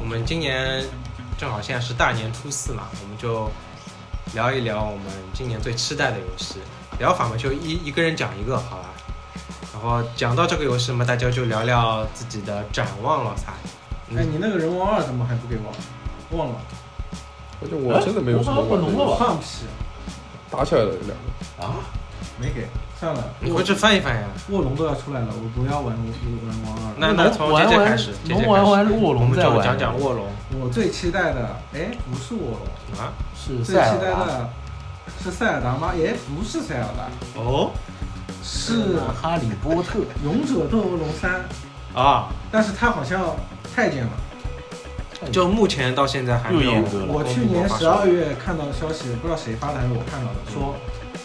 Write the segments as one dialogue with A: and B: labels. A: 我们今年正好现在是大年初四嘛，我们就聊一聊我们今年最期待的游戏。聊法嘛，就一一个人讲一个，好吧？然后讲到这个游戏嘛，大家就聊聊自己的展望了噻。
B: 哎，你那个人王二怎么还不给我？忘了，
C: 我觉得我真的没有什么
D: 哎
C: 玩
D: 我好像不
C: 的
D: 弄，了吧
B: 放屁，
C: 打起来了两个。
B: 没给。算了，
A: 你回去翻一翻呀。
B: 卧龙都要出来了，我不要玩卧人王二了。
A: 那那从
D: 玩
A: JJ
D: 完
A: 开始，JJ
D: 龙玩
A: 开始
D: 完卧
A: 我
D: 龙
A: 们
D: 再
A: 就
D: 玩，
A: 讲讲卧龙
B: 我最期待的，哎，不是卧龙，
A: 啊。
D: 是
B: 最
D: 塞
B: 期
D: 尔
B: 待
D: 达，
B: 的是塞尔达吗？哎，不是塞尔达，
A: 哦
B: 是
D: 哈利波特，
B: 《勇者斗恶龙三》，
A: 啊，
B: 但是它好像太监了。
A: 就目前到现在还没有
D: 又严格了
B: 我去年十二月看到消息，不知道谁发的还是我看到的，说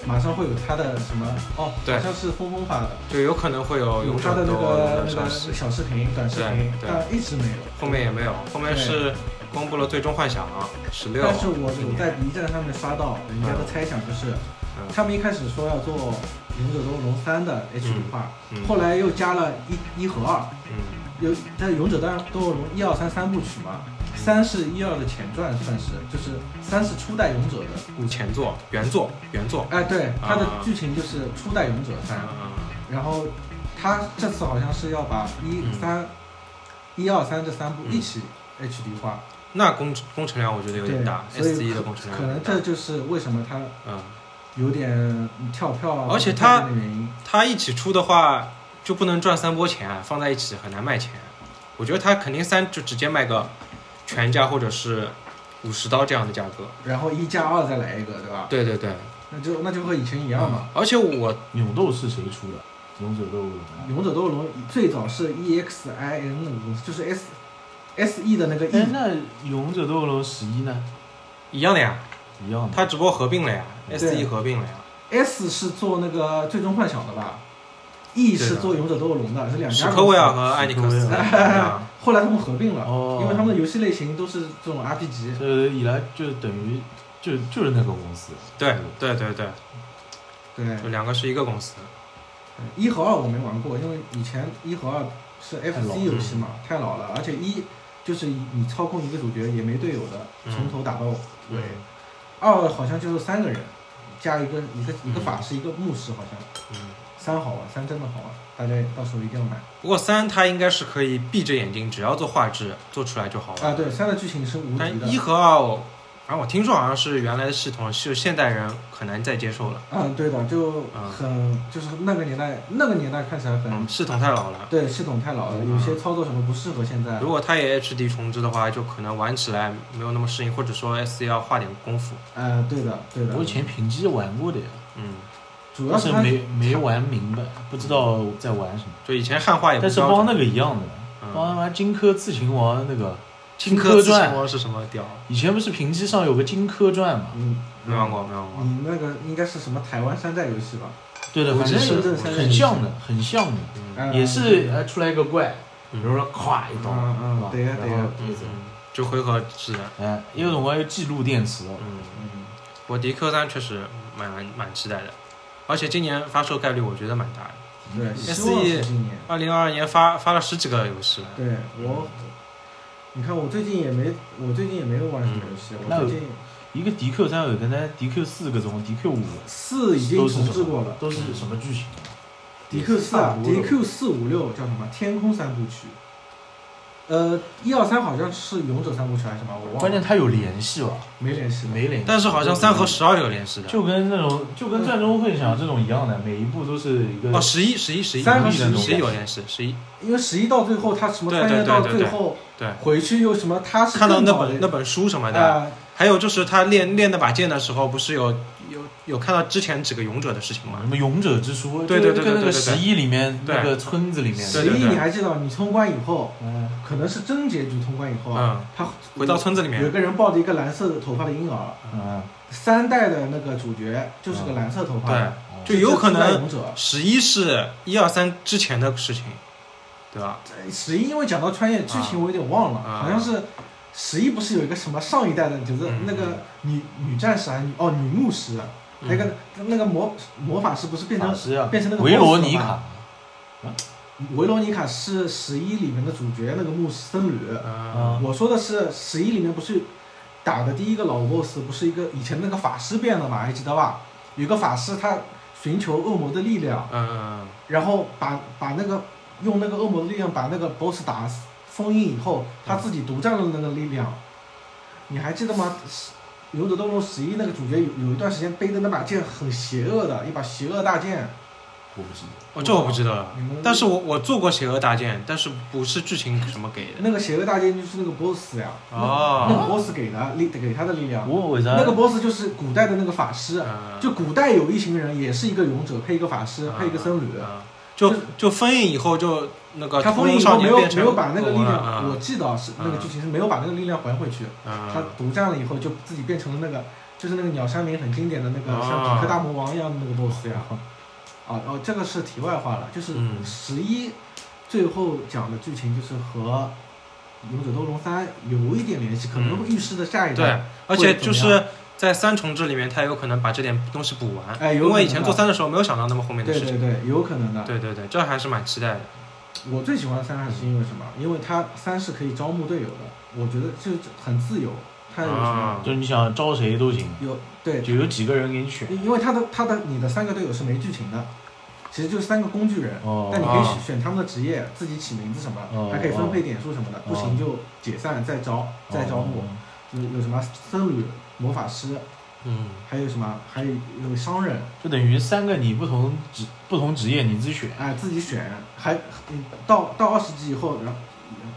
B: 马上会有它的什么哦，
A: 对
B: 好像是风风发的，
A: 就有可能会有
B: 有
A: 勇
B: 它
A: 者
B: 的那
A: 斗恶
B: 个
A: 龙的
B: 那
A: 消
B: 个
A: 息，
B: 小视频、短视频，
A: 对对
B: 但一直没有。
A: 后面也没有，后面
B: 对
A: 是公布了最终幻想啊十六，
B: 但是我有在 B 站上面刷到人家的猜想，就是
A: 嗯
B: 他们一开始说要做《勇者斗恶龙三》的 H 五化，
A: 嗯
B: 后来又加了一一和二，
A: 嗯
B: 有在《勇者斗恶龙》一二三三部曲嘛，三是一二的前传，算是就是三是初代勇者的故事。
A: 前作原作原作，
B: 哎，对，它的
A: 啊
B: 剧情就是初代勇者三，
A: 嗯
B: 然后它这次好像是要把一
A: 嗯
B: 三、一二三这三部
A: 嗯
B: 一起 HD 化，
A: 那工工程量我觉得有点
B: 对
A: 大
B: 所以
A: ，S 一的工程量
B: 可
A: 有
B: 能
A: 点大
B: 这就是为什么它
A: 嗯，
B: 有点跳票啊，
A: 而且
B: 不太
A: 它
B: 对的原因，
A: 它一起出的话就不能赚三波钱啊，放在一起很难卖钱。我觉得它肯定三就直接卖个全价或者是五十刀这样的价格。
B: 然后一加二再来一个，对吧？
A: 对对对，
B: 那就那就和以前一样嘛。
A: 而且我
D: 勇斗是谁出的？勇者斗恶龙。
B: 勇者斗恶龙最早是 E EXIN 那个公司，就是 S S E 的那个
D: 哎，
B: E，
D: 那勇者斗恶龙十一呢？
A: 一样的呀，
D: 一样的。
A: 它直播合并了呀，S
B: 对
A: E 合并了呀。
B: S 是做那个最终幻想的吧？E
A: 对的
B: 是做勇者斗恶龙的，是两
A: 史
B: 家
A: 克
B: 公
A: 威尔
B: 司。
A: 和艾尼克斯
D: 史克威尔
A: 啊，
B: 后来他们合并了，
D: 哦
B: 因为他们的游戏类型都是这种 RPG。
D: 这呃以来就等于就就是那个公司。
A: 对对对对，
B: 对，
A: 就两个是一个公司。
B: 一和二我没玩过，因为以前一和二是
D: 太老
B: FC 游戏嘛，太老了，而且一就是你操控一个主角也没队友的，
A: 嗯
B: 从头打到尾
A: 嗯。
B: 二好像就是三个人，加一个一个一个法师，一个牧师，好像。
A: 嗯，
B: 三好玩，三真的好玩，大家到时候一定要买
A: 不过三它应该是可以闭着眼睛，只要做画质做出来就好了。
B: 啊！对，三的剧情是无敌
A: 但一
B: 的。
A: 和二，我反正我听说好像是原来的系统是现代人很难再接受了，
B: 嗯，对的，就很、就是那个年代，那个年代看起来很、
A: 嗯，系统太老了。
B: 对系统太老了，有些操作什么不适合现在
A: 如。果它也 HD 重置的话，就可能玩起来没有那么适应，或者说 S 要花点功夫。
B: 呃，对的，对的
D: 我以，前平机玩过的呀，
A: 嗯，
B: 主要
D: 但
B: 是
D: 是
B: 它
D: 没没玩明白，不知道在玩什么。
A: 就以前汉化也不
D: 但是
A: 标
D: 帮
A: 准。
D: 那个一样的，帮
A: 嗯，
D: 玩荆轲刺秦王那个，
A: 青
D: 荆
A: 科
D: 轲
A: 自
D: 传
A: 行王是什么屌？
D: 以前不是平机上有个荆轲传嘛？
B: 你
A: 没玩过，没玩过。
B: 你那个应该是什么台湾山寨游戏吧？
D: 对的，
B: 我
D: 反正
B: 记得有这
D: 是
B: 个三
D: 很像的，很像的。
A: 嗯
B: 呃
D: 也是呃出来一个怪，比
A: 嗯
D: 如说咵一刀，
B: 嗯嗯
D: 是吧
B: 对呀对呀
D: 然后
A: 嗯，嗯就回合制的。
D: 哎，也有种关于记录电池哦，
A: 嗯，
B: 嗯，
A: 我迪克三确实蛮蛮期待的，而且今年发售概率我觉得蛮大的。
B: 对，
A: SE
B: 希望是今年。
A: 二零二二年发发了十几个游戏了，
B: 对我，你看我最近也没，我最近也没有玩什么游戏，
D: 那
B: 我最近
D: 一个 DQ 三有跟那 DQ 四各种 DQ 五
B: 四已经
D: 都是
B: 重
D: 什
B: 置过了
D: 么。都是什么剧情？
B: DQ 四啊
D: 大菠萝
B: ，DQ 四五六叫什么？天空三部曲。呃，一二三好像是勇者三部曲还是什么？我忘了。
D: 关键它有联系吧？
B: 没联系。
D: 没联系，
A: 但是好像三和十二有联系的。
D: 就跟那种就跟战争幻想这种一样的，每一步都是一个
A: 哦，十一十一十一，
B: 三和
A: 十
D: 十一
A: 十一有联系，十一
B: 因为十一到最后他什么
A: 对
B: 穿越
A: 对对
B: 到
A: 对
B: 最
A: 对
B: 后
A: 对。
B: 回去又什么？他是
A: 看到那
B: 更早
A: 本
B: 的
A: 那本书什么的，
B: 啊、
A: 还有就是他练练那把剑的时候，不是有有有看到之前几个勇者的事情
D: 什
A: 吗？
D: 么勇者之书，
A: 对对对对
D: 就跟那个
A: 对对
D: 十
A: 对
D: 一里面
A: 对
D: 那个村子里面，
A: 对
B: 十
A: 对
B: 一
A: 对
B: 你还记得？你通关以后，
D: 嗯，
B: 可能是真结局通关以后，啊
A: 嗯，
B: 他
A: 回到村子里面
B: 有个人抱着一个蓝色头发的婴儿，
D: 嗯，
B: 三代的那个主角就是个蓝色头发
A: 对
B: 的，
A: 就有可
B: 是初代
A: 能
B: 勇者。
A: 十一是一二三之前的事情，对吧？
B: 十一因为讲到穿越剧情，我有点忘了，
A: 啊
B: 好像是十一不是有一个什么上一代的，就是
A: 嗯
B: 那个女、女战士啊，女哦女牧师，那个那个魔魔法师不是变
D: 嗯法
B: 成
D: 师啊，
B: 变成那个
D: 维罗
B: boss 了
D: 妮
B: 吗
D: 卡，
B: 维罗妮卡是十一里面的主角那个牧师僧侣。
A: 啊
B: 我说的是十一里面不是打的第一个老 boss 不是一个以前那个法师变了嘛？还记得吧？有个法师他寻求恶魔的力量，
A: 嗯
B: 然后把把那个用那个恶魔的力量把那个 boss 打死封印以后，他自己独占了那个力量。你还记得吗？是《勇者斗龙十一》那个主角有有一段时间背的那把剑很邪恶的，一把邪恶大剑。
D: 我不知道。
A: 哦，这我不知道了。
B: 你们
A: 但是我我做过邪恶大剑，但是不是剧情什么给的。
B: 那个邪恶大剑就是那个 boss 呀，那
A: 哦，
B: 个 boss 给的力给他的力量。
D: 我为啥
B: 那个 boss 就是古代的那个法师，
A: 嗯
B: 就古代有一群人也是一个勇者配一个法师
A: 嗯
B: 配一个僧侣，
A: 嗯就就封印以后就那个
B: 他封印以
A: 少
B: 后
A: 年
B: 没有
A: 变成
B: 没有把那个力量，
A: 嗯
B: 我记得啊是那个
A: 嗯
B: 剧情是没有把那个力量还回去，
A: 嗯
B: 他独占了以后就自己变成了那个就是那个鸟山明很经典的那个
A: 啊
B: 像匹克大魔王一样的那个 boss 呀。啊哦，这个是题外话了，就是
A: 嗯
B: 十一最后讲的剧情就是和《勇者斗龙三》有一点联系，可能会预示着下一代
A: 对。，而且就是在三重制里面，他有可能把这点东西补完。
B: 哎有可能的
A: 因为以前做三的时候没有想到那么后面的
B: 对
A: 事
B: 对
A: 情。
B: 对，有可能的。
A: 对对对，这还是蛮期待的。
B: 我最喜欢三还是因为什么？因为他三是可以招募队友的，我觉得就很自由。他有什么
A: 啊？
D: 就是你想招谁都行，
B: 有对，
D: 就有几个人给你选。
B: 因为他的他的你的三个队友是没剧情的，其实就是三个工具人，
D: 哦
B: 但你可以
A: 哦
B: 选选他们的职业，自己起名字什么
D: 哦哦
B: 的，还可以分配点数什么的，不行就解散再招再招募。有有什么僧侣、魔法师，
A: 嗯，
B: 还有什么还有有商人，
D: 就等于三个你不同职不同职业你自己选。
B: 哎，自己选，还嗯到到二十级以后，然后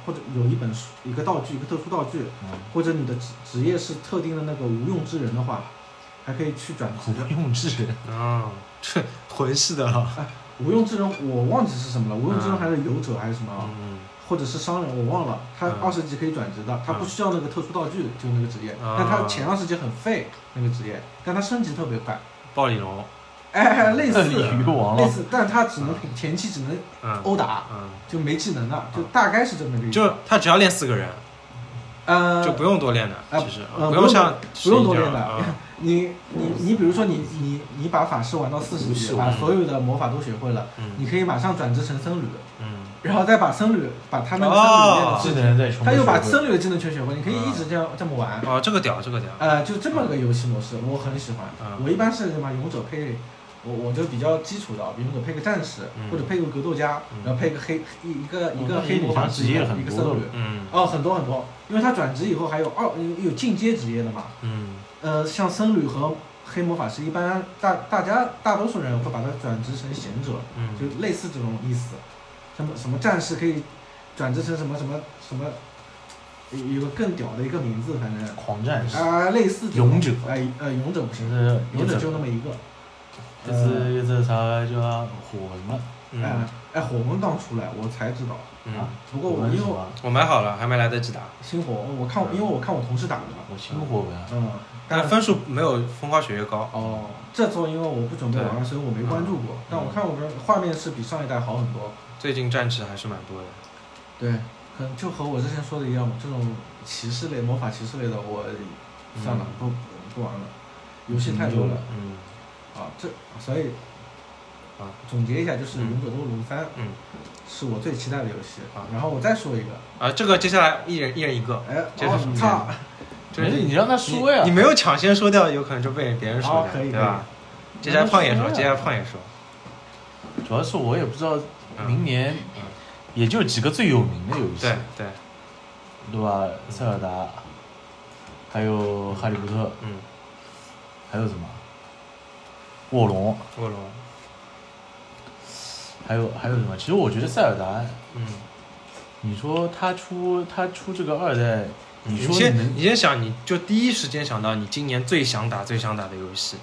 B: 或者有一本书一个道具一个特殊道具，
D: 哦
B: 或者你的职职业是特定的那个无用之人的话，还可以去转职。
D: 无用之人，
A: 啊，这魂系的了。
B: 无用之人我忘记是什么了，无用之人还是游者还是什么啊，
A: 嗯
B: 或者是商人我忘了。他
A: 嗯
B: 二十级可以转职的，他不需要那个特殊道具，就那个职业。
A: 啊
B: 但他前二十级很废那个职业，但他升级特别快。
A: 暴力龙。
B: 哎，类 似
D: 鲤鱼王
B: 类
D: 了。
B: 似，但他只能前期只能
A: 嗯
B: 殴打，
A: 嗯，
B: 就没技能的，就大概是这么个意思。
A: 就他只要练四个人，
B: 呃，
A: 就不用多练的，
B: 呃
A: 其实
B: 呃
A: 用像
B: 不用多练的
A: 啊
B: 你你你，比如说你你你把法师玩到四十级，把所有的魔法都学会了，
A: 嗯
B: 你可以马上转职成僧侣，
A: 嗯
B: 然后再把僧侣把他那个僧侣练的
A: 哦
B: 技
D: 智
B: 能，
D: 能再重。
B: 他又把僧侣的技能全学会，你可以一直这样这么玩。
D: 啊
A: 哦，这个屌，这个屌，
B: 呃，就这么个游戏模式，我很喜欢。
A: 嗯
B: 我一般是什么勇者配，我我就比较基础的，比如勇者配个战士，
A: 嗯
B: 或者配个格斗家，
A: 嗯
B: 然后配个黑一一个一
D: 哦
B: 个
D: 那
B: 黑魔法
D: 你
B: 师，
D: 职业很
B: 一个
D: 多
B: 僧侣
D: 的。
A: 嗯
B: 哦，很多很多，因为他转职以后还有二有有进阶职业的嘛，
A: 嗯
B: 呃，像僧侣和黑魔法师，一般大大家大多数人会把它转职成贤者，
A: 嗯，
B: 就类似这种意思。什么什么战士可以转职成什么什么什么，有个更屌的一个名字，反正
D: 狂战士，
B: 啊、类似这种
D: 勇者，
B: 哎呃勇者不，
D: 就是是
B: 勇者就那么一个。
D: 就是就是啥叫火纹嘛？
B: 呃哎、
A: 嗯
B: 哎，火纹刚出来，我才知道。
A: 嗯
D: 啊，
B: 不过我因为我
D: 啊，
A: 我买好了，还没来得及打，
B: 新火，我看我因为我看我同事打的嘛，
D: 我新火纹啊，
B: 嗯，
A: 但分数没有风花雪月高。
B: 哦，这周因为我不准备玩，所以我没关注过。但我看我们画面是比上一代好很多。
A: 最近战士还是蛮多的。
B: 对，可能就和我之前说的一样，这种骑士类、魔法骑士类的，我算了，不不玩了，游戏太多了
A: 嗯
B: 啊。这所以
A: 啊，
B: 总结一下就是《
A: 嗯
B: 勇者斗恶龙三》
A: 嗯，
B: 是我最期待的游戏
A: 啊。
B: 然后我再说一个，
A: 啊，这个接下来一人一人一个，
B: 哎，
A: 接着
B: 哦，操，
A: 就
D: 没
A: 是
D: 事，你让他
A: 你
D: 说呀
A: 你。没有抢先说掉，有可能就被别人说
B: 哦
A: 掉，
B: 可以
A: 对吧？
D: 可以
A: 接下来胖也
D: 你让
A: 说，
D: 他说呀
A: 接下来胖也说，
D: 主要是我也不知道
A: 嗯
D: 明年
A: 嗯
D: 也就几个最有名的游戏
A: 对，对，
D: 对吧？塞尔达，还有哈利波特，
A: 嗯，
D: 还有什么？卧龙，
A: 卧龙，
D: 还有还有什么？其实我觉得塞尔达，
A: 嗯，
D: 你说他出他出这个二代，你说你
A: 先
D: 能
A: 嗯你先想，你就第一时间想到你今年最想打最想打的游戏，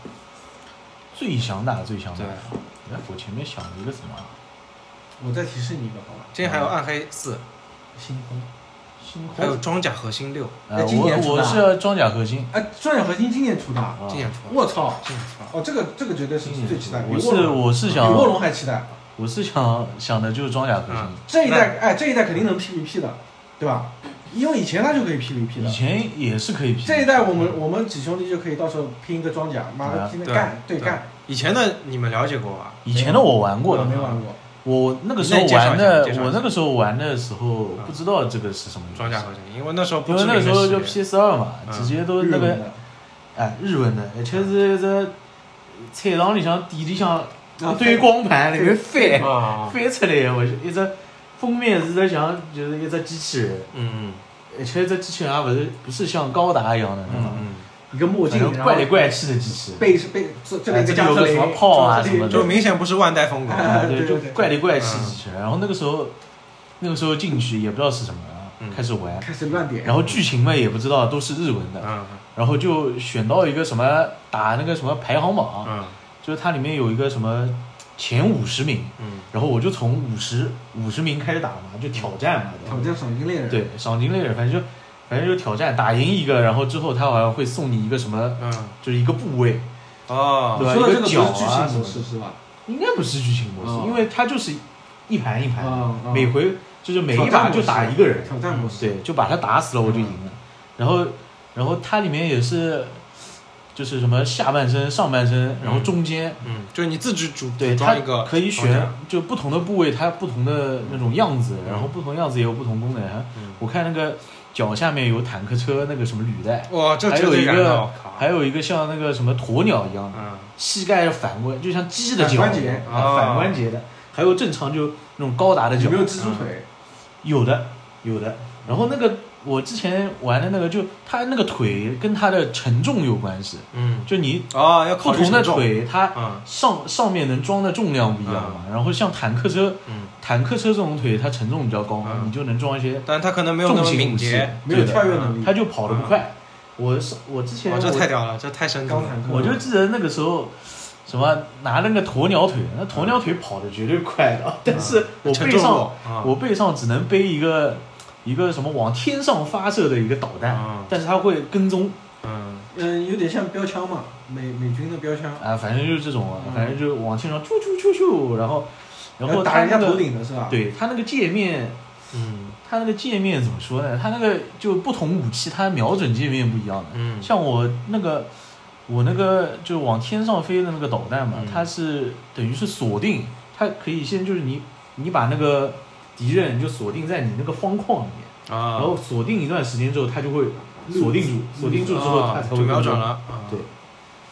D: 最想打最想打
A: 对，，
D: 哎，我前面想了一个什么？
B: 我再提示你一个好吧，
A: 今天还有暗黑四，
D: 哦
B: 星空。
D: 星空
A: 还有哎装甲核心六，
D: 呃，
B: 今年
D: 我
B: 出的
D: 我
B: 啊
D: 是要装甲核心，
B: 哎，钻石合金今年出的啊，
D: 啊
A: 今年出，
B: 我操！
A: 今年出，
B: 哦，这个这个绝对是
D: 今年
B: 最期待，比
D: 嗯我
B: 卧
D: 是
B: 龙
D: 我是
B: 比
D: 想
B: 卧龙还期待。
D: 我是想想的就是装甲核
A: 嗯
D: 心，
B: 这一代哎，这一代肯定能 PVP 的，对吧？因为以前它就可以 PVP
D: 以
B: 的。
D: 前也是可以拼，
B: 这一代我们我们几兄弟就可以到时候拼一个装甲，妈
D: 对
B: 的
D: 啊
B: 今天
A: 对
B: 干对
A: 对
B: 干，
A: 以前的你们了解过吧？
D: 以前的我玩过
B: 我
D: 的，
B: 没玩过，
D: 我那个时
A: 嗯
D: 候
A: 那你介绍一下
D: 玩的
A: 介绍一，下
D: 我那个时候玩的时候
A: 嗯
D: 不知道这个是什么
A: 装甲合
D: 东西
A: 成，因为那时候不
D: 因为
A: 知
D: 那
A: 名
D: 个
A: 的
D: 时候就
A: 系列
D: PS 二嘛，
A: 嗯
D: 直接都
B: 日
D: 那
B: 本
D: 个
B: 的
D: 哎日文的，而且是在菜场里向店里向
B: 啊
D: 一堆光盘里面翻
A: 啊，
D: 翻出来的，我就一只封面是在像就是一只机器人，
A: 嗯
D: 而且这机器人也不是不是像高达一样的
A: 嗯
D: 那种，
A: 嗯
B: 一个墨
D: 反
B: 镜，
D: 正
B: 然后
D: 怪里怪气的机器，
B: 背是背这这
D: 哎
B: 里一
D: 这
B: 个加
D: 里有
B: 特
D: 个
B: 雷
D: 什么炮啊
B: 这里
D: 什么
A: 嗯，
D: 的
A: 就明显不是万代风格，
D: 啊
B: 对
D: 就
B: 对对
D: 怪里怪气
A: 嗯
D: 机器人。然后那个时候那个时候进去也不知道是什么，然
A: 嗯
D: 后开始玩，
B: 开始乱点，
D: 然后剧情嘛也不知道，都是日文的，
A: 嗯
D: 然后就选到一个什么打那个什么排行榜，
A: 嗯
D: 就是它里面有一个什么前五十名，
A: 嗯
D: 然后我就从五十五十名开始打嘛，就挑战嘛，
B: 挑战赏金猎人，，
D: 对，赏金类的，反正就反正就挑战，打赢一个，然后之后他好像会送你一个什么，
A: 嗯，
D: 就是一个部位，
A: 哦，
D: 对吧
B: 说的这个不
D: 一个
B: 是剧
D: 角
B: 情
D: 啊什么
B: 模
D: 的
B: 式是吧？
D: 应该不是剧情模式，
B: 哦
D: 因为它就是一盘一盘，
B: 啊，啊
D: 哎每回就是每
B: 挑
D: 一
B: 战
D: 把
B: 模
D: 就
B: 式
D: 打一个人，
B: 挑战模式，
D: 对，就把他打死了我就赢
B: 哦
D: 了。然后，然后它里面也是，就是什么下半身、上半身，然后中间，
A: 嗯，就是你自己组
D: 对，
A: 组
D: 它
A: 装一个，
D: 可以
A: 装
D: 选
A: 甲
D: 就不同的部位，它不同的那种样子，然后不同样子也有不同功能。啊
A: 嗯，
D: 我看那个脚下面有坦克车那个什么履带，
A: 哇，这
D: 还
A: 真
D: 有
A: 的
D: 一
A: 感到
D: 个
A: 我靠，
D: 还有一个像那个什么鸵鸟一样，
A: 嗯
D: 膝盖反过来，就像鸡的
B: 反
D: 脚
B: 关
D: 一
B: 节
D: 样
A: 哦
D: 啊，反关节的，嗯还有正常就那种高达的脚
B: 有没，有蜘蛛腿？
D: 有的有的。然后那个我之前玩的那个就，它那个腿跟它的承重有关系，
A: 嗯，
D: 就你
A: 哦，要考
D: 不
A: 虑
D: 同的
A: 承重，
D: 腿，它
A: 嗯
D: 上上面能装的重量不一样
B: 啊
D: 嘛。然后像坦克车，
A: 嗯，
D: 坦克车这种腿它承重比较高嘛，
A: 嗯
D: 你就能装一些
A: 但他可能没有那
D: 重
A: 么
D: 型
A: 敏
D: 武器
A: 捷，，
B: 没有
D: 对的嗯
B: 跳跃能力，
D: 它就跑得不快。我是我之前
A: 哇，嗯
D: 我
A: 哦这太嗯屌了，这太深度
B: 钢
A: 了，
B: 坦克，
D: 我就记得那个时候，什么拿那个鸵鸟腿，那鸵鸟腿跑的绝对快的，但是我
A: 嗯承
D: 背
A: 重
D: 上
A: 过，嗯
D: 我背上只能背一个一个什么往天上发射的一个导弹，
A: 嗯
D: 但是它会跟踪
A: 嗯
B: 嗯，有点像标枪嘛，美美军的标枪，
D: 啊，反正就是这种啊
B: 嗯，
D: 反正就往天上啾啾啾啾，然后然后
B: 打
D: 它
B: 人家
D: 那
B: 头
D: 个
B: 顶的是吧？，
D: 对它那个界面。
A: 嗯
D: 它那个界面怎么说呢？它那个就不同武器，它瞄准界面不一样的。
A: 嗯
D: 像我那个，我那个就往天上飞的那个导弹嘛，
A: 嗯
D: 它是等于是锁定，它可以先就是你你把那个敌人就锁定在你那个方框里面，
A: 啊，
D: 然后锁定一段时间之后，它就会锁定住，锁定住之后它
A: 啊
D: 才
A: 就
D: 会
A: 瞄准
D: 动，
A: 了，
D: 对，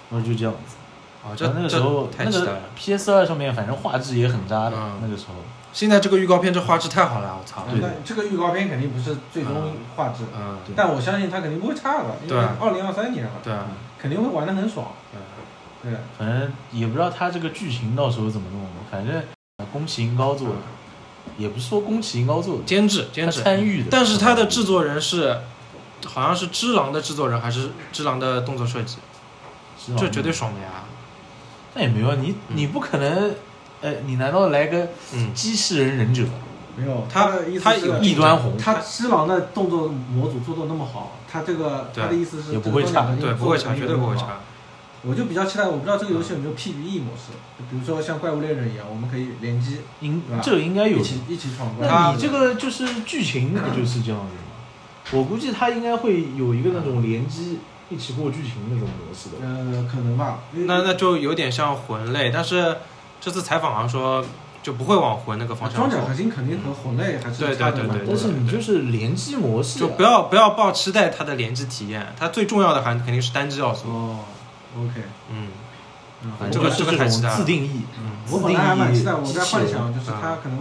D: 然后就这样子。
A: 啊，这
D: 然后那个
A: 这
D: 时候
A: 太
D: 那
A: 期待
D: 个
A: 了。
D: PS 二上面反正画质也很渣的
A: 嗯，
D: 那个时候
A: 现在这个预告片这画质太好了，我操！
D: 对
B: 呃但这个预告片肯定不是最终画质，
A: 嗯，
D: 对
B: 但我相信它肯定不会差的，因为
A: 对
D: 啊
B: 二零二三年了，
A: 对啊，
B: 肯定会玩的很爽，
A: 嗯
B: 对，啊
D: 反正也不知道它这个剧情到时候怎么弄，反正呃宫崎英高做的，也不是说宫崎英高做的，
A: 监制监
D: 他
A: 制，
D: 参与的，
A: 但是它的制作人是，好像是只狼的制作人还是只狼的动作设计，
D: 知道吗
A: 这绝对爽的呀！
D: 那也没有，你
A: 嗯
D: 你不可能，呃，你难道来个
A: 嗯，
D: 机器人忍者
B: 没有，
A: 他
B: 的意
A: 他
B: 思是
A: 有。
D: 异端红？
B: 他施琅的动作模组做的那么好，他这个
A: 对
B: 他的意思是
D: 也不会差
A: 嗯对，不会差，绝对不会。
B: 这个动作能力做得很好
A: 差。
B: 我就比较期待，我不知道这个游戏有没有 PVE 模式，就比如说像怪物猎人一样，我们可以联机
D: 应
B: 对吧
D: 这应该
A: 哎
D: 有
B: 一。起一起闯关。
D: 那
A: 他
D: 你这个就是剧情不就是这样子吗？我估计他应该会有一个那种联机一起过剧情那种模式的。
B: 呃，可能吧。因为啊
A: 那那就有点像魂类，但是这次采访好像说就不会往魂那个方向
B: 装甲
A: 走
B: 核，心肯定和魂类还是
A: 对
B: 差的
A: 对
B: 蛮
A: 对对
B: 多
D: 但是
B: 的。
D: 你就是联机模式啊，
A: 就不要不要抱期待它的联机体验，它最重要的还肯定是单机要素。
B: 哦，OK，
A: 嗯
B: 嗯
D: 反
A: 这个
D: 正就
B: 我
A: 这
D: 是
A: 个
D: 种
A: 太期待了
D: 自定义。
A: 嗯
B: 我本来还蛮期待，我在幻
D: 自定
B: 想就是
A: 嗯
B: 他可能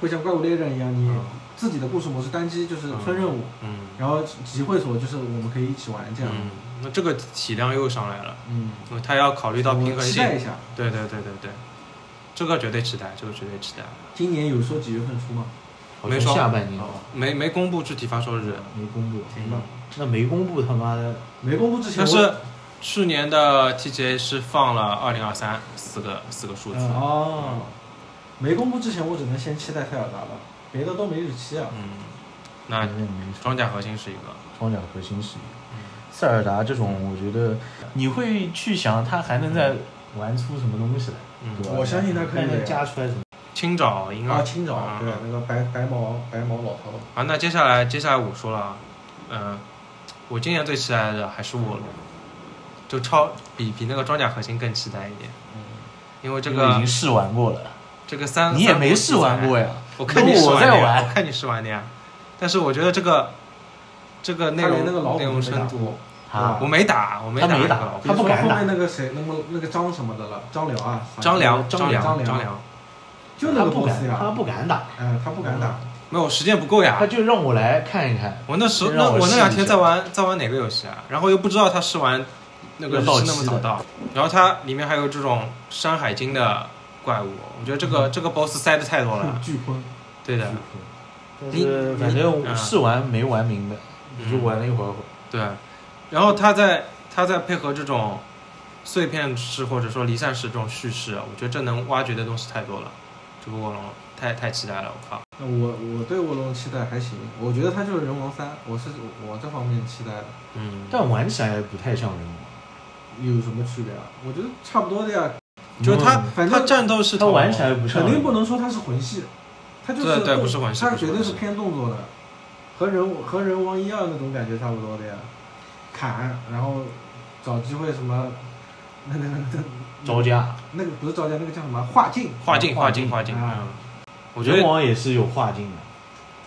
B: 会像怪物猎人一样，你
A: 嗯
B: 自己的故事模式单机就是分任务，
A: 嗯
B: 然后集会所就是我们可以一起玩这样。
A: 嗯，那这个体量又上来了，
B: 嗯，
A: 因为它要考虑到平
B: 我
A: 衡
B: 期
A: 性
B: 待。一下，
A: 对对对对对，这个绝对期待，这个绝对期待。
B: 今年有说几月份出吗？哦
D: 好
A: 没
D: 像
A: 说
D: 下半年
A: 没没公布具体发售日，
D: 没公布，
B: 行
A: 嗯
B: 吧，
D: 那没公布他妈的
B: 没公布之前
A: 但
B: 我，
A: 是去年的 TGA 是放了二零二三四个四个数字。
B: 嗯哦，没公布之前我只能先期待塞尔达了，别的都没日期啊。
A: 嗯，那
D: 反正没说
A: 装甲核心是一个，嗯
D: 装甲核心是一个。塞尔达这种，我觉得你会去想它还能再玩出什么东西来，对吧？
A: 嗯，
B: 我相信它可以
D: 看能加出来什么。
A: 青沼应该
B: 啊，青沼，
A: 啊
B: 对，那个白白毛白毛老头，
A: 啊，那接下来接下来我说了啊，嗯，我今年最期待的还是卧龙，就超比比那个装甲核心更期待一点，因为这
D: 因为已
A: 个
D: 经试玩过了，
A: 这个三
D: 你也没试玩过
A: 呀？
D: 呀？
A: 我看你试
D: 我
A: 的呀
D: 在玩
A: 我看你试玩的呀。但是我觉得这个这个内
B: 他
A: 容
B: 连那个老虎
A: 内
B: 都
A: 容
B: 没打
A: 深度
B: 过，，
D: 啊
A: 我没打，我没
D: 他没
A: 那个
D: 打
A: 老虎
D: 他不敢
B: 比如说
D: 打
B: 后面那个谁，那么那个张什么的了，张辽啊，
A: 张良，
B: 张
A: 良，张
B: 张良，
A: 良，
B: 就那
D: 他
B: 个
D: 不
B: boss
D: 敢，他
B: 呀，
D: 不敢打，
B: 哎，他不敢打，
A: 没有时间不够呀
D: 他。就让我来看一看。
A: 我那时候
D: 先
A: 那
D: 让我
A: 我那
D: 试
A: 两
D: 一
A: 天
D: 下
A: 在玩在玩哪个游戏啊？然后又不知道他试完那个
D: 要
A: 是
D: 到
A: 那么
D: 期
A: 早
D: 的
A: 到，然后它里面还有这种《山海经》的怪物，我觉得这个、这个 BOSS 塞的太多了。
D: 嗯
B: 巨坤，
A: 对的
B: 巨，
D: 但
A: 你
D: 是反正
A: 嗯
D: 试玩没玩明白，
A: 嗯
D: 就玩了一会儿。
A: 对。然后它在它在配合这种碎片式或者说离散式这种叙事，啊我觉得这能挖掘的东西太多了。这个卧龙太太期待了，我靠！
B: 那我我对卧龙期待还行，我觉得他就是人王三，我是我这方面期待的。
A: 嗯，
D: 但玩起来不太像人王，
B: 有什么区别啊？我觉得差不多的呀，
A: 就是它
B: 反
A: 它
B: 正
A: 嗯战斗系
D: 他
A: 统
D: 玩起来不像
B: 肯定
D: 人
B: 不能说它是魂系，它就是
A: 对对
B: 动
A: 不是魂系
B: 它
A: 不是
B: 绝对
A: 魂
B: 是
A: 系
B: 偏动作的，和人和人王一二那种感觉差不多的呀，砍，然后找机会什么，那个那个
D: 招架。
B: 那个不是招架，那个叫什么画境，
A: 画境
D: 画
A: 境
D: 境
A: 画境，
B: 啊
A: 嗯，我觉
D: 人
A: 得
D: 王也是有画镜的，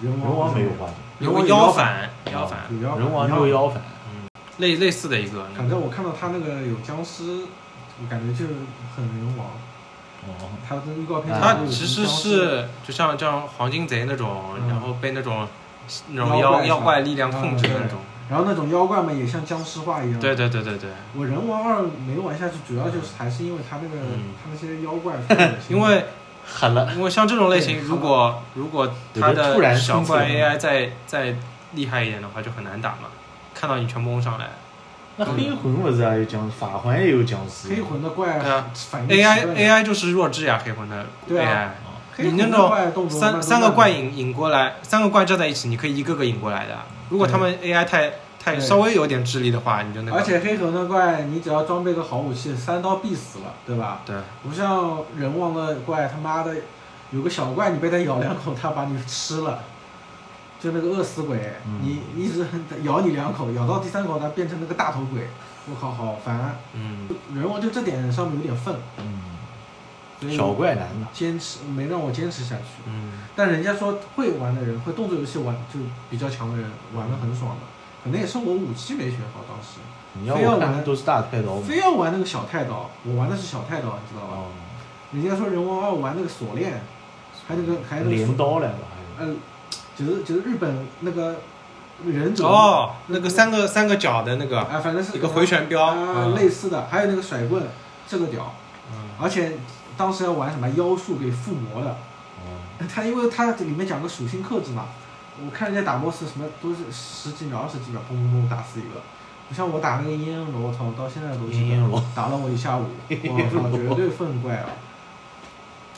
B: 人
D: 人王
B: 王
D: 没有画镜，
A: 有
B: 人王
A: 个
B: 有
A: 腰
B: 腰
A: 反腰反，
B: 有妖
D: 人王
B: 有
D: 就
B: 妖，
D: 腰反。
A: 类类似的一个，
B: 反正我看到他那个有僵尸，我感觉就是很人王，
D: 哦，
B: 他的预告片
D: 啊
A: 它
B: 里面有
A: 其
B: 僵
A: 实
B: 尸
A: 是就像这样黄金贼那种，
B: 嗯
A: 然后被那种那种
B: 妖
A: 妖
B: 怪是吧嗯
A: 妖怪力量控制的那种。
B: 然后那种妖怪们也像僵尸化一样，
A: 对对对对对，
B: 我人王二没玩下去，主要就是还是因为他那个、
A: 嗯，
B: 他那些妖怪
A: 因为
D: 狠了，
A: 因为像这种类型，
B: 对
A: 如果如果它
D: 有的突
A: 的
D: 然
A: 小怪
D: 冲刺了
A: AI 再再厉害一点的话，就很难打嘛。看到你全蒙上来
D: 那黑魂不是还有僵尸，法环也有僵尸。
B: 黑魂的怪
A: 对啊
B: 反应
A: ，AI
B: 奇怪
A: AI 就是弱智呀，黑魂的
B: 对啊
A: AI，
D: 哦
B: 黑魂
A: 你那
B: 的
A: 种
B: 怪动作
A: 三
B: 慢
A: 三个
B: 慢
A: 怪引引过来，三个怪站在一起，你可以一个个引过来的。如果他们 AI 太太
B: 对
A: 稍微有点智力的话，你就那个
B: 而且黑魂的怪，你只要装备个好武器，三刀必死了，对吧？
A: 对。
B: 不像人王的怪，他妈的有个小怪，你被他咬两口，他把你吃了，就那个饿死鬼，
D: 嗯
B: 你一直咬你两口，咬到第三口，它变成那个大头鬼，我靠，好烦啊！
A: 嗯，
B: 人王就这点上面有点愤，
D: 嗯，
B: 所以
D: 小怪啊难打。
B: 坚持没让我坚持下去。
A: 嗯，
B: 但人家说会玩的人，会动作游戏玩就比较强的人，玩的很爽的。可能也是我武器没学好，当时
D: 你要
B: 非要
D: 我看
B: 玩
D: 都是大太刀嘛。
B: 非要玩那个小太刀，我玩的是小太刀，你知道吧？
D: 哦，
B: 人家说人王二玩那个锁链，还有那个还有那个
D: 嗯镰
B: 锁，
D: 刀来了，还
B: 呃，就是就是日本那个忍者，
A: 哦，那个三个三个角的那个
B: 啊，反正是
A: 一个回旋镖，
B: 啊
A: 嗯
B: 类似的，还有那个甩棍，这个屌，
A: 嗯
B: 而且当时要玩什么妖术给附魔的，
D: 有。
B: 它哎因为它里面讲个属性克制嘛，我看人家打 boss 什么都是十几秒、二十几秒，砰砰砰打死一个。你像我打那个阴阳罗，我操，到现在都
D: 哦，
B: 记
D: 阴
B: 得，
D: 阳罗。
B: 打了我一下午，我操，绝对愤怪 啊！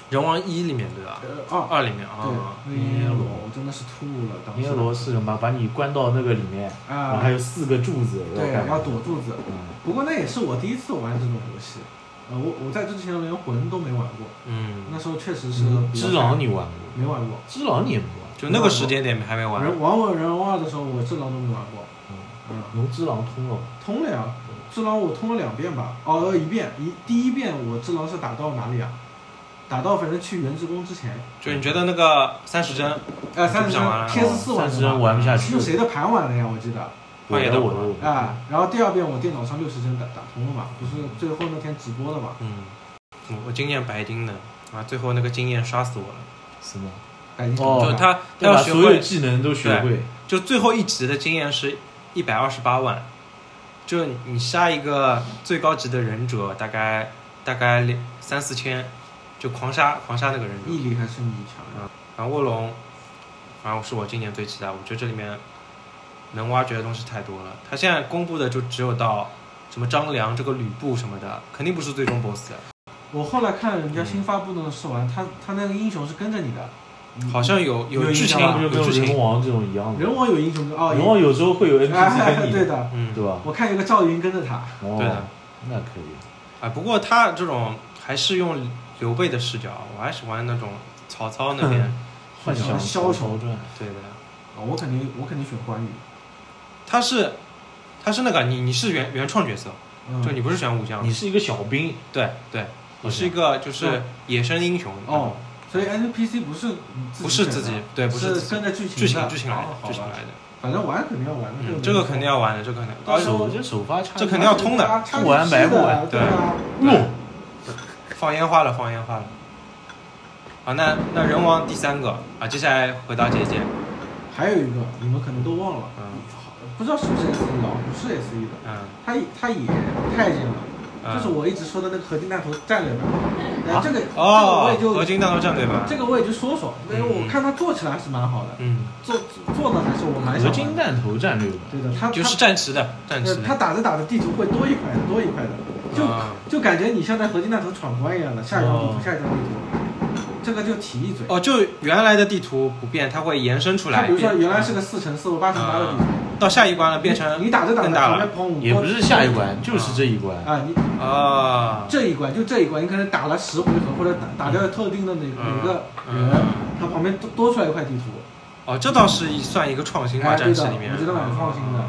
A: 人王一里面对吧？
B: 呃，
D: 哦
B: 二、
A: 二里面
B: 对
A: 啊，，
B: 那个阴阳罗，我真的是吐了，当时。
D: 阴阳罗是什么？把你关到那个里面，然后
B: 啊
D: 还，有四个柱子，
B: 对，
D: 干嘛
B: 要躲柱子。
D: 嗯
B: 不过那也是我第一次玩这种游戏，呃，我我在之前连魂都没玩过，那
A: 嗯，
B: 时候确实是比较
D: 嗯只狼你玩过？
B: 没玩过。
D: 只狼你也没玩。
A: 就那个时间点还没玩，
B: 人玩我人王二的时候，我智狼都没玩过，
D: 嗯，
B: 嗯。
D: 龙之狼通了。
B: 通了呀，智狼我通了两遍吧，哦，一遍，一第一遍我智狼是打到哪里啊？打到反正去原职工之前，
A: 就你觉得那个三十帧，
B: 呃，三
A: 不
B: 十
A: 想玩了
B: 三 PS 四玩
D: 哦三
B: 的
D: 十
B: 吧
D: 人玩不下去。
B: 用谁的盘玩的呀？我记得
A: 我也
D: 的
A: 懂
D: 我的我的。
B: 啊，然后第二遍我电脑上六十帧打打通了嘛，不是最后那天直播的嘛？
A: 嗯，我我经验白金的啊，最后那个经验刷死我了，
D: 什么？
B: 赶紧
D: 哦
A: 就他他
D: 要
A: 要
D: 把
A: 学
D: 所有
A: 会，
D: 技能都学会。
A: 就最后一级的经验是一百二十八万，就你杀一个最高级的忍者，大概大概两三四千，就狂杀狂杀那个忍者，
B: 毅力还是你强呀，
A: 反正卧龙，反正是我今年最期待。我觉得这里面能挖掘的东西太多了。他现在公布的就只有到什么张良这个吕布什么的，肯定不是最终 BOSS 的。
B: 我后来看人家新发布的试玩，他他那个英雄是跟着你的，
A: 好像有
B: 有
A: 剧
B: 印
A: 情
B: 象吧
D: 不，就
A: 有
D: 跟
A: 剧
D: 人
A: 情。
D: 王这种一样的。
B: 人王有英雄跟哦，
D: 人王有时候会有 NPC
B: 哎
D: 跟 你，
B: 对的，
A: 嗯，
D: 对吧？
B: 我看有个赵云跟着他，
D: 哦，
A: 对的
D: 那可以。
A: 啊，不过他这种还是用刘备的视角，我还喜欢那种曹操那边。
B: 嗯
D: 幻想
B: 枭雄
D: 传，
A: 对的，
B: 哦我肯定我肯定选关羽，
A: 他是他是那个你你是原原创角色，
B: 嗯
A: 就你不是选武将
D: 你，是一个小兵，
A: 对对，你
D: 好像
A: 是一个就是野生英雄。
B: 嗯哦，所以 NPC 不是你
A: 不是
B: 选
A: 自
B: 的
A: 己，对，不
B: 是
A: 自己
B: 跟着剧情
A: 剧情
B: 的
A: 剧情来的
B: 哦，好
A: 剧情
B: 吧哦
A: 来的，
B: 反正玩肯定要玩的，
A: 嗯，
B: 个
A: 这个
B: 没
A: 肯定要玩的，这个肯定，
B: 到
A: 而
B: 时
A: 且
B: 候
D: 手这首发差，
A: 哎这肯定要通的
B: 啊插
D: 不玩白不玩
A: 对
B: 对啊，
D: 哟，
A: 放烟花了，放烟花了。好，那那人王第三个啊，接下来回到姐姐，
B: 还有一个你们可能都忘了，
A: 嗯
B: 不知道是不是 S E 啊？不是 S E 的，
A: 嗯
B: 它也它也太监了，
A: 嗯，
B: 就是我一直说的那个合金弹头战略版。哎
D: 啊
B: 这个这个我
A: 哦
B: 也，
A: 合
B: 就
A: 金弹头战队吧，
B: 这个我也就说说，因为我
A: 嗯
B: 看它做起来还是蛮好的，
A: 嗯，
B: 做做的还是我蛮喜
D: 合
B: 欢。
D: 金弹头战略吧，
B: 对的，它
A: 就是
B: 它
A: 战时的战时
B: 呃它
A: 的，
B: 打着打着地图会多一块的，多一块的，就、
A: 啊
B: 就感觉你像在合金弹头闯关一样的，下一张地
D: 哦
B: 图，下一张地图，这个就提一嘴。
A: 哦，就原来的地图不变，它会延伸出
B: 它
A: 来，
B: 比如说
A: 变嗯
B: 原来是个四乘四或八乘八的地图，
A: 到下一关了，变成
B: 你你打着打着
A: 更大
B: 旁
A: 了
B: 边砰，
D: 也不是下一关，就是这一关。
B: 啊，你
A: 啊，
B: 这一关就这一关，你可能打了十回合或者打打掉了特定的哪哪个人，
A: 嗯，
B: 它旁边多多出来一块地图，
A: 哦，这倒是算一个创新吧，
B: 哎
A: 战
B: 对的
A: 士里面，嗯
B: 我觉得蛮创新的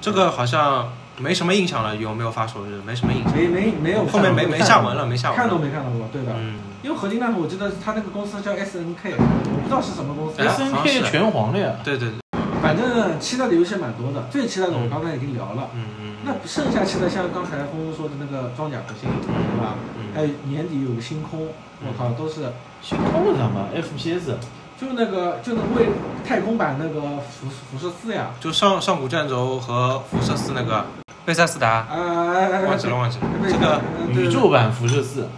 A: 这个好像没什么印象了，有没有发首日？没什么印象，
B: 没没没有
A: 后面没
B: 看
A: 没下文了，没下文
B: 看都
A: 了。
B: 没看到过，对的。
A: 嗯，
B: 因为合金弹头，我记得它那个公司叫 SNK，我不知道是什么公司
A: 哎，呀
D: S N
A: 好像是
D: K 拳皇了呀，
A: 对对对，
B: 反正期待的游戏蛮多的。最期待的我刚才已经聊了，
A: 嗯嗯，
B: 那剩下期待像刚才峰峰说的那个装甲核心，对吧？还
A: 嗯，
B: 有年底有个星空，我靠，都是
D: 星空了他妈 F P S，
B: 就那个就那个为太空版那个辐辐射四呀，
A: 就上上古卷轴和辐射四那个贝塞斯达，
B: 呃，
A: 忘记了忘记了，这个
D: 宇宙版辐射四，
B: 嗯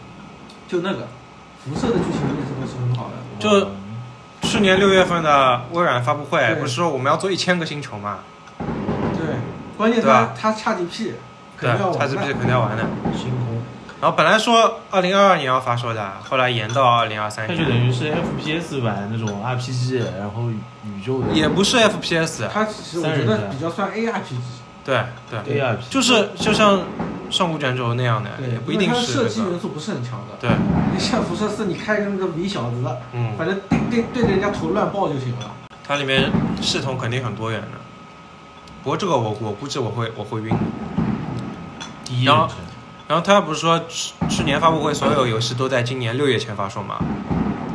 B: 就那个辐射的剧情一直都是很好的，
A: 就去年六月份的微软发布会
B: 对
A: 不是说我们要做一千个星球嘛？
B: 对，关键
A: 对
B: 它
A: 吧
B: 它差 GP 肯
A: 对
B: 定要
A: 叉
B: 玩
A: g p
B: 的，
A: 肯定要玩的。
D: 星空，
A: 然后本来说二零二二年要发售的，后来延到二零二三
D: 它
A: 年
D: 就。等于是 F P S 版那种 R P G，然后宇宙的
A: 也不是 FPS，
B: 它其实我觉
D: 三人
B: 得
D: 制
B: 比较算 ARPG，
A: 对对，
D: A R P，
A: 就是就像上古卷轴那样的，
B: 对，
A: 哎也不一
B: 因为
A: 定
B: 它的
A: 是、
B: 射击
A: 那个
B: 元素不是很强的。
A: 对，
B: 你像辐射四，你开个那个 V 小子的，
A: 嗯，
B: 反正对对对着人家头乱爆就行了。
A: 它里面系统肯定很多元的。不过这个我我估计我会我会晕。
D: 第一人称，
A: 然后他不是说去去年发布会所有游戏都在今年六月前发售嘛？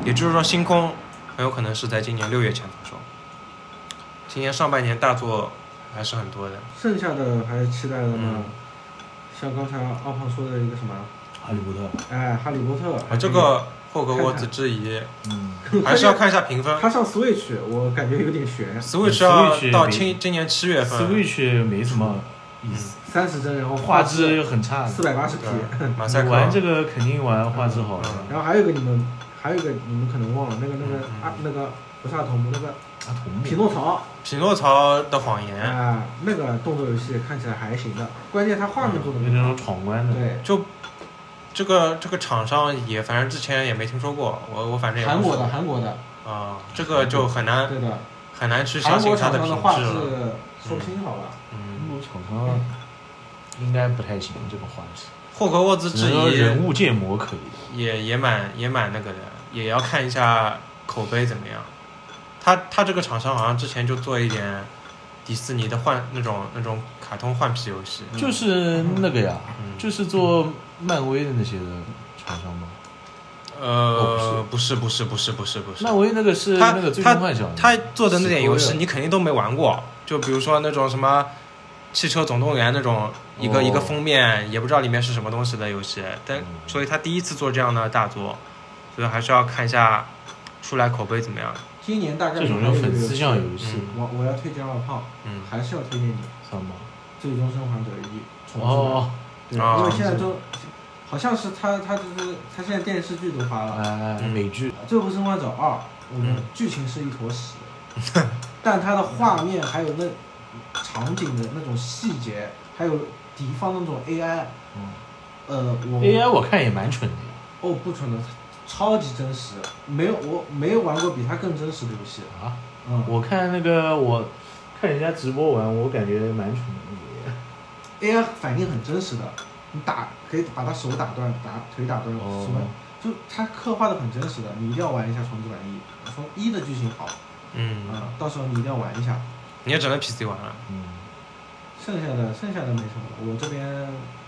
A: 也就是说，星空很有可能是在今年六月前发售。今年上半年大作还是很多的。
B: 剩下的还是期待的呢
A: 嗯，
B: 像刚才奥胖说的一个什么，
D: 哈利波特，
B: 哎，哈利波特
A: 啊，，这个霍格沃兹之遗
D: 嗯，
A: 还是要看一下评分。
B: 他上 Switch，我感觉有点悬，
A: Switch 要
D: Switch
A: 到
D: 也
A: 今今年七月份，嗯
D: Switch 没什么意思，
B: 三十帧，然后
D: 画
B: 画
D: 质又很差，
B: 四百八十 P，
A: 对，马赛
D: 你
A: 克
D: 玩这个肯定玩画质好
A: 嗯
D: 的。
B: 然后还有一个你们，还有一个你们可能忘了，那个那个
A: 嗯
B: 啊那个不是阿童木那个
D: 阿童木
B: 匹诺曹，
A: 匹诺曹的谎言，
B: 啊，那个动作游戏看起来还行的，关键它画面做的
D: 有
A: 嗯
D: 那种闯关的，
B: 对，
A: 就这个这个厂商也反正之前也没听说过，我我反正也不
B: 韩国
A: 熟
B: 的韩国的，
A: 啊，这个就很难
B: 对的，
A: 很难去嗯相
B: 韩
A: 信
B: 国
A: 它
B: 厂
A: 的
B: 商
A: 品
B: 的画
A: 质
B: 质
A: 了。
B: 说不清好吧。
A: 嗯，
D: 中国厂商应该不太行，这个画质，
A: 霍格沃兹
D: 只
A: 之
D: 能说人
A: 遗
D: 物建模可以，
A: 也也蛮也蛮那个的，也要看一下口碑怎么样。他他这个厂商好像之前就做一点迪士尼的换那种那种卡通换皮游戏，
D: 嗯就是那个呀，
A: 嗯，
D: 就是做漫威的那些的厂商嘛。
A: 呃，不是不是不是不是不是，
D: 漫威那个是
A: 他
D: 那个最终幻想的，
A: 他做的那点游
D: 死
A: 戏
D: 灰了
A: 你肯定都没玩过，就比如说那种什么。汽车总动员那种一个
D: 哦嗯
A: 一个封面，也不知道里面是什么东西的游戏，但所以他第一次做这样的大作，所以还是要看一下出来口碑怎么样。
B: 今年大概
D: 这种叫粉丝向游戏，
A: 嗯
B: 我我要推荐二胖，
A: 嗯，
B: 还是要推荐你《
D: 算吗？
B: 最终生还者一》重置版，
D: 哦，
B: 对，
A: 啊
B: 因为现在都好像是他他就是他现在电视剧都发了，
D: 哎，美剧
B: 《最后生还者二》，我们
A: 嗯
B: 剧情是一坨 屎，但它的画面还有那场景的那种细节，还有敌方的那种 AI，
D: 嗯
B: 呃，我
D: ，AI 嗯我看也蛮蠢的呀
B: 哦不纯的，超级真实，没有我没有玩过比它更真实的游戏，
D: 啊！
B: 嗯
D: 我看那个我看人家直播玩，我感觉蛮蠢的。
B: ，AI 反应很真实的，你打可以把他手打断，打腿打断，什么、
D: 哦，
B: 就它刻画的很真实的，你一定要玩一下重置版一，从一的剧情好，
A: 嗯，
B: 嗯，到时候你一定要玩一下。
A: 你也只能 PC 玩了。
D: 嗯，
B: 剩下的剩下的没什么了，我这边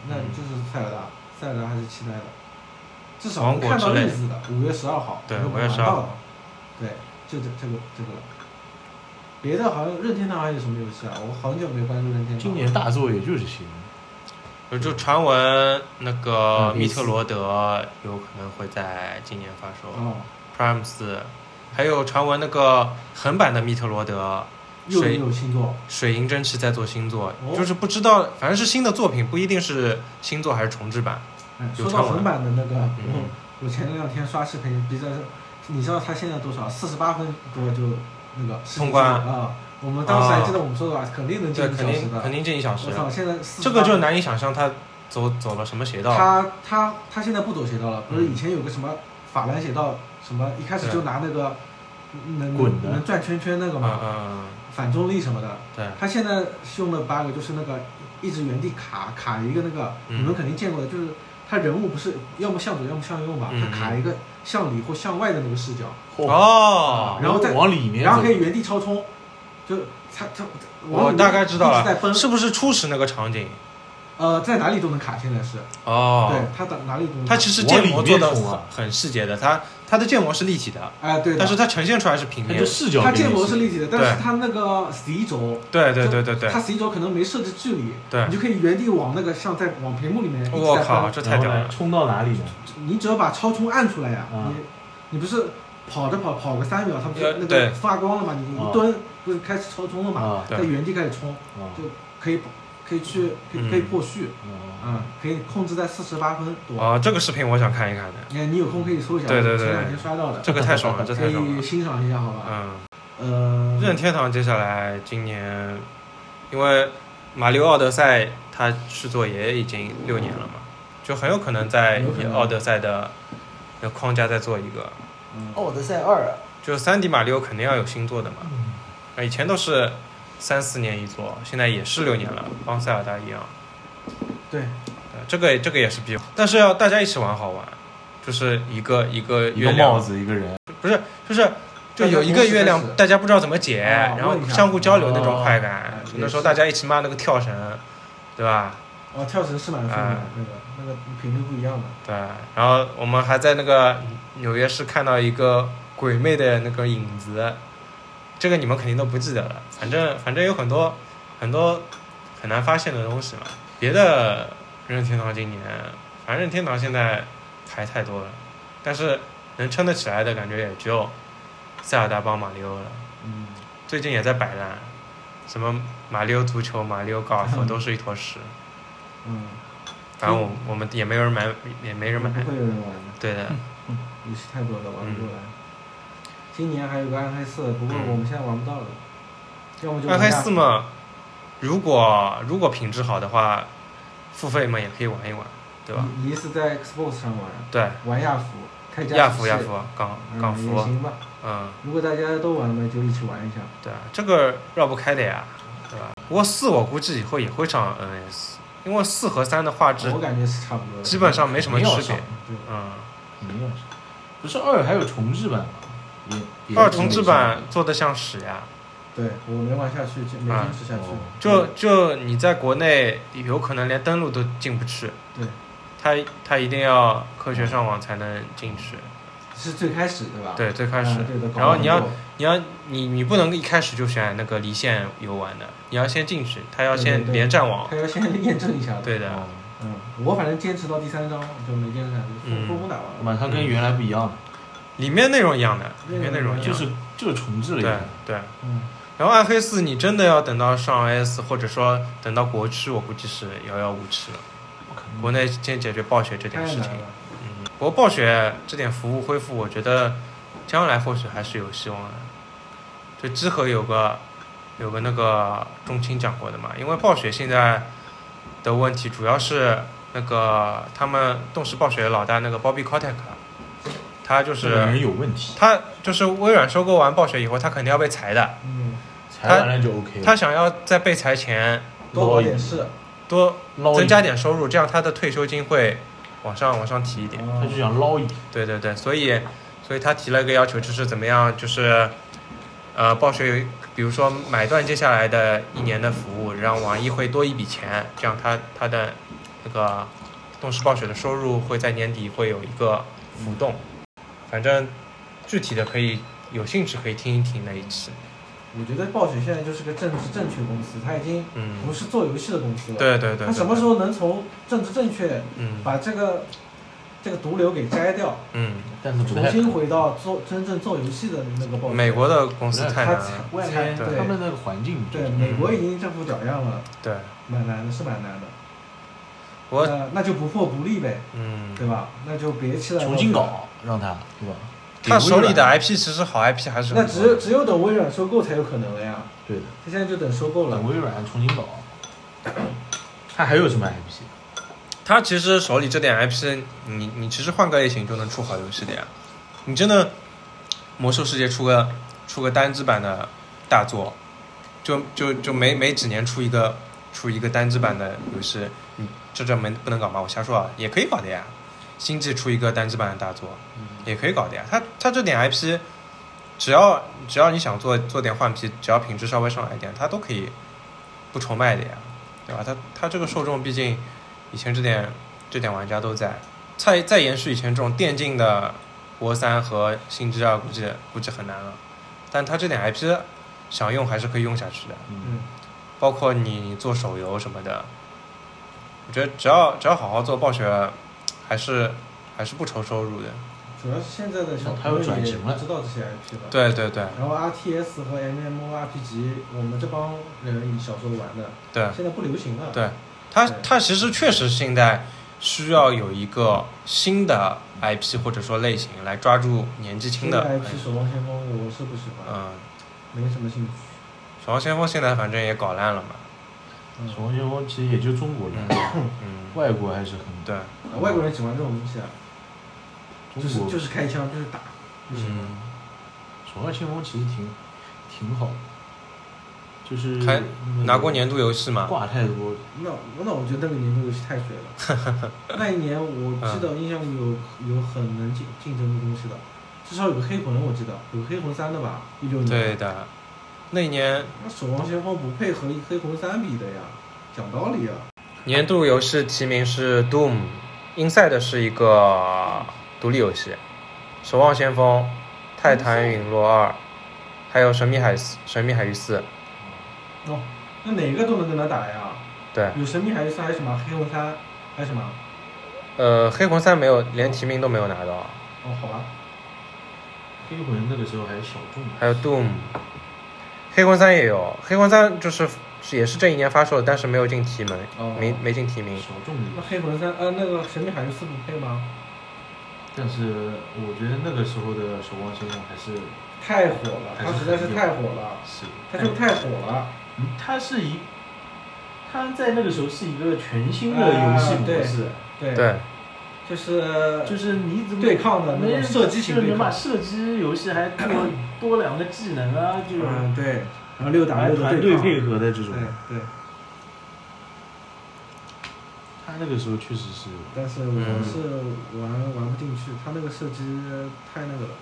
B: 那就是塞尔达，塞尔达还是期待的。至少能看到日子的，五月十二号，
A: 对
B: 能够
A: 5月12
B: 玩到
A: 号
B: 的，对，就这这个这个了。别的好像任天堂还有什么游戏啊？我很久没关注任天堂了。
D: 今年大作也就这些。
A: 有就传闻那个
D: 嗯
A: 密特罗德有可能会在今年发售
B: 哦，
A: Prime 四，还有传闻那个横版的密特罗德
B: 又
A: 水
B: 有星座，
A: 水银真是在做新作，
B: 哦
A: 就是不知道，反正是新的作品，不一定是新作还是重制版。
B: 哎，
A: 有
B: 说
A: 传
B: 到
A: 闻
B: 横版的那个，
A: 嗯
B: 我前两天刷视频，B 站上，你知道他现在多少？四十八分多就那个
A: 通关
B: 啊、我们当时还记得我们说的吧，肯定能进
A: 对，
B: 一
A: 肯
B: 小时
A: 定
B: 的
A: 肯。定这一小时
B: 我，操，现在48
A: 这个就难以想象他走走了什么邪道。嗯
B: 他他他现在不走邪道了，不是以前有个什么法兰邪道，什么一开始就拿那个能
D: 滚的
B: 能转圈圈那个
A: 嗯
B: 嘛，
A: 嗯，
B: 反重力什么的。
A: 嗯对，
B: 他现在用的 bug 就是那个一直原地卡卡一个那个，
A: 嗯
B: 你们肯定见过的，就是他人物不是要么向左，要么向右嘛，
A: 嗯
B: 他卡一个向里或向外的那个视角，
A: 哦，
B: 然后再
D: 啊往里面走，
B: 然后可以原地超冲，就他他
A: 我大概知道
B: 一直在
A: 了，
B: 奔，
A: 是不是初始那个场景？
B: 呃，在哪里都能卡，现在是，对
A: 哦，
B: 他打哪里都能卡。
A: 它其实建模做的
D: 往里面冲啊
A: 很很细节的，它它的建模是立体的，
B: 哎、对的，
A: 但是它呈现出来是平
D: 它
A: 面
D: 就。视角给
B: 它
D: 你
B: 建模是立体的，但
A: 对
B: 是它那个 C 轴，
A: 对对对对对
B: 它 C 轴可能没设置距离，
A: 对
B: 你，就可以原地往那个像在往屏幕里面一直在
A: 我靠，
B: 奔，
A: 这太屌
D: 然后
A: 了
D: 呢！冲到哪里呢？
B: 你只要把超冲按出来呀、
D: 啊
B: 你你不是跑着跑跑个三秒，它不
A: 嗯呃
B: 是那
A: 对嗯
B: 个发光了嘛？你
D: 啊
B: 一蹲不是开始超冲了嘛？
D: 啊
A: 对
B: 在原地开始冲，
D: 啊
B: 就可以可以去可
A: 嗯
B: 以可以破序，
D: 啊！
B: 啊，可以控制在四十八分多。
A: 哦，这个视频我想看一看的，
B: 你看你有空可以搜一下，
A: 对对
B: 我
A: 对
B: 前两天刷到的，
A: 这个太爽了，这
B: 可
A: 太爽
B: 以
A: 了。
B: 欣赏一下，好吧？
A: 嗯，
B: 呃，
A: 任天堂接下来今年，因为马里奥奥德赛它制作也已经六年了嘛，就很有可能在
B: 有可
A: 以
B: 能
A: 奥德赛的那框架再做一个，
B: 嗯
E: 奥德赛二啊，
A: 就三 D 马里奥肯定要有新作的嘛。
D: 嗯
A: 啊，以前都是三四年一做，现在也是六年了，帮塞尔达一样。
B: 对，
A: 对，这个这个也是必要，但是要大家一起玩好玩，就是一个一个
D: 一
A: 月
D: 个帽
A: 亮，
D: 子，一个人，
A: 不是就是。就有一个月亮大
B: 大家同时开，始
A: 家不知道怎么解，
B: 啊
A: 然后
B: 问一下
A: 相互交流那种快感
B: 哦。
A: 有的时候大家一起骂那个跳绳，对吧？
B: 哦，跳绳是蛮疯的
A: 啊，
B: 那个那个频率不一样的。
A: 对。然后我们还在那个纽约市看到一个鬼魅的那个影子，这个你们肯定都不记得了。反正反正有很多很多很难发现的东西嘛。别的任天堂今年，反正任天堂现在牌太多了，但是能撑得起来的感觉也只有塞尔达帮马里奥了。
B: 嗯，
A: 最近也在摆烂，什么马里奥足球、马里奥高尔夫都是一坨屎。
B: 嗯，
A: 反正我我们也没有人买，也没人买。
B: 不会有人玩的，
A: 对的，
B: 嗯游戏太多了，玩不过来。今年还有个暗黑四，不过
A: 嗯
B: 我们现在玩不到了，要么就
A: 暗黑
B: 玩下
A: 四嘛，如果如果品质好的话，付费嘛也可以玩一玩，对吧？？
B: 你你是在 Xbox 上玩，
A: 对，
B: 玩亚服，开加
A: 亚
B: 速
A: 服
B: 器
A: 亚服，港
B: 嗯
A: 港
B: 也
A: 服，
B: 行吧。
A: 嗯，
B: 如果大家都玩嘛，就一起玩一下。
A: 对啊，这个绕不开的呀，对吧？不过四我估计以后也会上 NS，因为四和三的画质
B: 我感觉是差不多的。
A: 基本上没什么
D: 肯定要
A: 区别
D: 上，
B: 对，
A: 嗯。
D: 没有，不是二还有重置版吗？也也
A: 二重置版做的像屎呀，
B: 对我没玩下去，就没
A: 啊
B: 坚持下去。
D: 哦
A: 就
B: 嗯
A: 就你在国内有可能连登录都进不去，
B: 对，
A: 它它一定要科学上网才能进去。
B: 是最开始对吧？
A: 对，最开
B: 嗯，
A: 始，
B: 对的。
A: 然后你要
B: 搞不
A: 你要你你不能一开始就选那个离线游玩的，你要先进去，它要
B: 对
A: 先
B: 对对
A: 连战
B: 懂，
A: 网。
B: 还要先 验证一下的。
A: 对的，
D: 哦
B: 嗯，我反正坚持到第三章就没坚持下去，
A: 嗯
B: 疯疯打完了。
D: 马上跟原来不一样了，
A: 里面内容一样的，里面内容一样的。
D: 就是就是重置了一
A: 对
D: 下。
A: 对。
B: 嗯，
A: 然后暗黑四，你真的要等到上 S，或者说等到国区，我估计是遥遥无期了。
D: 不可
B: 嗯
D: 能
A: 国内先解决暴雪这
B: 太
A: 点事情
B: 难。了。
A: 嗯，不过暴雪这点服务恢复，我觉得将来或许还是有希望的。就知和有个有个那个中青讲过的嘛，因为暴雪现在的问题主要是那个他们动视暴雪老大那个 Bobby Kotick，他就
D: 这个人
A: 是
D: 有问题，
A: 他就是微软收购完暴雪以后，他肯定要被裁的。
B: 嗯，
D: 裁完了就 OK 了。
A: 他想要在被裁前
B: 多搞点事。
A: 多
D: 捞一
A: 增加点收入，这样他的退休金会往上往上提一点。
D: 他
B: 嗯
D: 就想捞一笔，
A: 对对对，所以所以他提了一个要求，就是怎么样，就是呃，暴雪有一，比如说买断接下来的一年的服务，让网易会多一笔钱，这样他他的那个动视暴雪的收入会在年底会有一个浮动。反正具体的可以有兴趣可以听一听那一期。
B: 我觉得暴雪现在就是个政治正确公司，它已经不
A: 嗯，
B: 是做游戏的公司了。
A: 对对对。
B: 它什么时
A: 候？
B: 候能从政治正确
A: 嗯
B: 把这个这个毒瘤给摘掉，
A: 嗯，
D: 但是不
B: 重
D: 太
B: 新回到做真正做游戏的那个暴雪？
A: 美国的公司
D: 不是
A: 太
B: 它
A: 难
B: 才
A: 了。
D: 外
B: 才
D: 面
B: 对
D: 他们那个环境就
B: 对
D: 是，
B: 美国已经这副屌样了，
A: 对，
B: 蛮难的，是蛮难的。
A: 我
B: 那那就不破不立呗，
A: 嗯，
B: 对吧？那就别期待
D: 重新。搞，让他对吧？
A: 他手里的
D: 给微软
A: IP 其实好 IP 还是
B: 那
A: 很
B: 只有
A: 多的。
B: 只有等微软收购才有可能了呀。
D: 对的，
B: 他现在就等收购了
D: 等。微软重新搞。他还有什么 IP？
A: 他其实手里这点 IP，你你其实换个类型就能出好游戏的呀。你真的魔兽世界出个出个单机版的大作，就就就没没几年出一个出一个单机版的游戏，你这这没不能搞吗？我瞎说啊，也可以搞的呀。星际出一个单机版的大作，也可以搞的呀。他他这点 IP，只要只要你想做做点换皮，只要品质稍微上来一点，他都可以不愁卖的呀，对吧？他他这个受众毕竟以前这点这点玩家都在，再再延续以前这种电竞的国三和星之二，估计估计很难了。但他这点 IP 想用还是可以用下去的，
B: 嗯，
A: 包括你做手游什么的，我觉得只要只要好好做，暴雪还是还是不愁收入的。
B: 主要是现在的小
D: 他
B: 朋友
D: 又
B: 也
D: 转型了
B: 知道这些 IP 了。
A: 对对对
B: 然后 RTS 和 MMORPG，我们这帮人小时候玩的，
A: 对，
B: 现在不流行了。
A: 对他
B: 对
A: 他其实确实现在需要有一个新的 IP 或者说类型来抓住年纪轻
B: 新
A: 的
B: 的
A: 玩
B: IP《
A: 家，
B: 守望先锋》我是不喜欢，
A: 嗯，
B: 没什么兴趣。
A: 守望先锋现在反正也搞烂了嘛，
B: 嗯
D: 守望先锋其实也就中国人，
A: 嗯，
D: 外国还是很
A: 对，
B: 啊外国人喜欢这种东西啊，
D: 中
B: 就是
D: 国
B: 就是开枪，就是打，就行了。
A: 嗯，
D: 守望先锋其实挺挺好的，就是
A: 开
D: 那个
A: 拿过年度游戏嘛，
D: 挂太多了，
B: 那那我觉得那个年度游戏太水了。 那一年我记得印象里有有很能竞竞争的东西的，至少有个黑魂，我记得有个黑魂三的吧，一六年。
A: 对的，那一年
B: 那守望先锋不配和黑魂三比的呀，讲道理啊。
A: 年度游戏提名是 Doom，Inside 是一个独立游戏，守望先锋、泰坦陨落二，还有神秘海四神秘海域四，
B: 哦，那哪个都能跟他打呀？
A: 对，
B: 有神秘海域三还是什么黑魂三还是什么？
A: 呃，黑魂三没有，连提名都没有拿到，
B: 哦，好吧，
D: 黑魂那个时候还是小众的，
A: 还有 Doom，黑魂三也有，黑魂三就是是也是这一年发售的，但是没有进提名，
B: 哦
A: 没没进提名，
D: 小众的
B: 那，黑魂三呃那个神秘海域四不配吗？
D: 但是我觉得那个时候的守望先锋还是啊
B: 太火了，他实在是太火了，
D: 是，
B: 他就太火了。
D: 嗯它是一，它在那个时候是一个全新的游戏模式，
B: 啊对，
A: 对，
B: 就是
D: 就是你怎么
B: 对抗的那
D: 没
B: 种
D: 人
B: 射击型
D: 就是
B: 对
D: 能把
B: 抗。
D: 射击游戏还多多两个技能啊，就是
B: 嗯，对，然后六打
D: 还有
B: 六
D: 团
B: 的
D: 队
B: 抗
D: 配合的这
B: 对
D: 种，
B: 对，
D: 他那个时候确实是
B: 但是
A: 嗯
B: 我是玩玩不进去，他那个射击太那个了，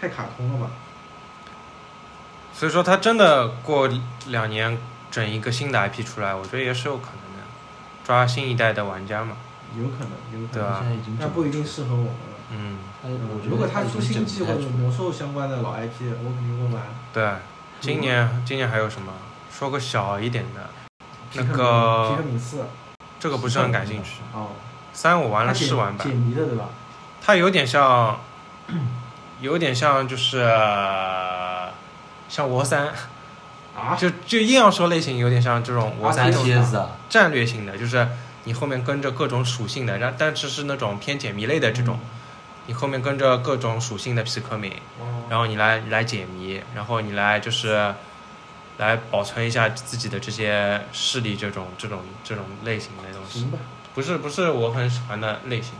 B: 太卡通了吧？
A: 所以说他真的过两年整一个新的 IP 出来，我觉得也是有可能的，抓新一代的玩家嘛，
B: 有可能，有可
A: 对
B: 能，
A: 啊
D: 现在已经整
B: 但不一定适合我们了。
A: 嗯，
D: 它我觉得
B: 如果他出
D: 已
B: 星
D: 经整
B: 际
D: 不
B: 或
D: 太
B: 者
D: 出
B: 魔兽相关的老 IP，我肯定会玩。
A: 对，今年今年还有什么？说个小一点的，
B: 皮
A: 那
B: 克敏
A: 个
B: 皮克敏四
A: 这个不是很感兴趣。
B: 哦，
A: 三我玩了
B: 它解
A: 试玩
B: 解
A: 版，
B: 谜的对吧？
A: 它有点像，有点像就是呃像《war 三》，
B: 啊，
A: 就就硬要说类型有点像这种《war 三》这种
D: RTS 啊，
A: 战略性的，就是你后面跟着各种属性的，然但是是那种偏解谜类的这种，你后面跟着各种属性的皮克敏，然后你来你来解谜，然后你来就是来保存一下自己的这些势力，这种这种这种类型的东西
B: 行，吧，
A: 不是不是我很喜欢的类型。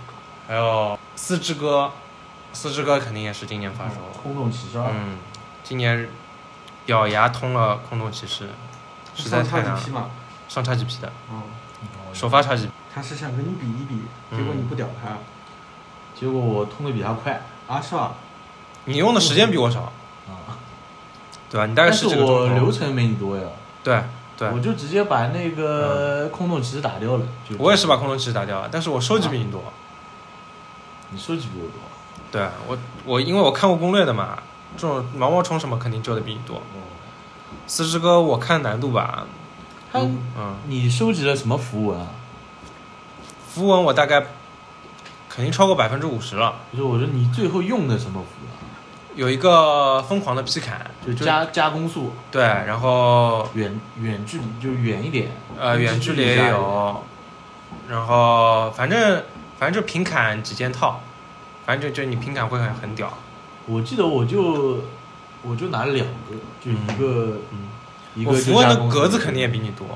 A: 还有四之歌，四之歌肯定也是今年发售，
D: 空洞骑士二，
A: 嗯，今年咬牙通了空洞骑士，
B: 嗯
A: 实在太难
B: 上
A: 了
B: 叉，P 嘛，
A: 上 XGP 的
B: 哦，
D: 嗯
A: 首发 XGP。
B: 他是想跟你比一比，
A: 嗯
B: 结果你不屌他
D: 结果我通的比他快
B: 啊，是吧？
A: 你用的时间比我少，
D: 啊，
A: 对吧？你大概
D: 但
A: 是
D: 是
A: 这个
D: 我
A: 钟
D: 流
A: 头。
D: 程没你多呀，
A: 对，嗯
F: 对
D: 我就直接把那个空洞骑士打掉了。就
A: 我也是把空中骑士打掉了，但是我收集比你多。
D: 你收集比我多，
A: 对我我因为我看过攻略的嘛，这种毛毛虫什么肯定救的比你多。
D: 嗯
A: 四之哥我看难度吧，
D: 他、
A: 嗯，
D: 你收集了什么符文啊？
A: 符文我大概肯定超过百分之五十了。
D: 就是我说你最后用的什么符文啊？
A: 有一个疯狂的劈砍，
D: 就加加攻速，
A: 对，然后
D: 远远距离就远一点，
A: 呃远距离也
D: 加一点，
A: 有，然后反正反正就平砍几件套，反正就就你平砍会很很屌，
D: 我记得我就我就拿了两个，就一个、
A: 嗯，
D: 一
A: 我
D: 个
A: 符
D: 就
A: 文
D: 加
A: 的
D: 攻速
A: 格子肯定也比你多，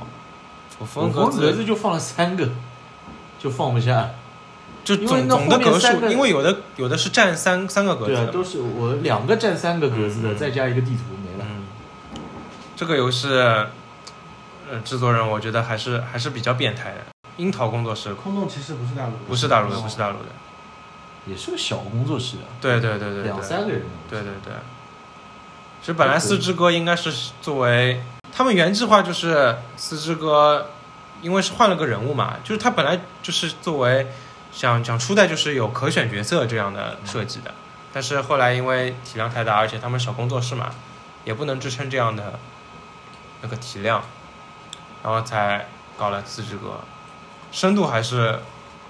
A: 我符
D: 我
A: 文
D: 符文格
A: 子
D: 子就放了三个，就放不下。
A: 就
D: 因为
A: 总总
D: 那
A: 的
D: 后面
A: 格
D: 三
A: 数，
D: 个
A: 因为有的有的是占三三个格
D: 对
A: 子
D: 啊，
A: 的嘛，
D: 都是我两个占三个格子的，
A: 嗯
D: 再加一个地图没了。
A: 嗯，这个游戏，呃，制作人我觉得还是还是比较变态的，樱桃工作室
B: 空洞骑士不是大陆的，
A: 不是大陆的，
B: 哦
A: 不是大陆的，
D: 也是个小工作室啊，
A: 对对对对对，
D: 两三个人。
A: 对对对，其实本来四之歌应该是作为他们原计划就是四之歌，因为是换了个人物嘛，就是他本来就是作为想想初代就是有可选角色这样的设计的，但是后来因为体量太大，而且他们小工作室嘛，也不能支撑这样的那个体量，然后才搞了四之歌，深度还是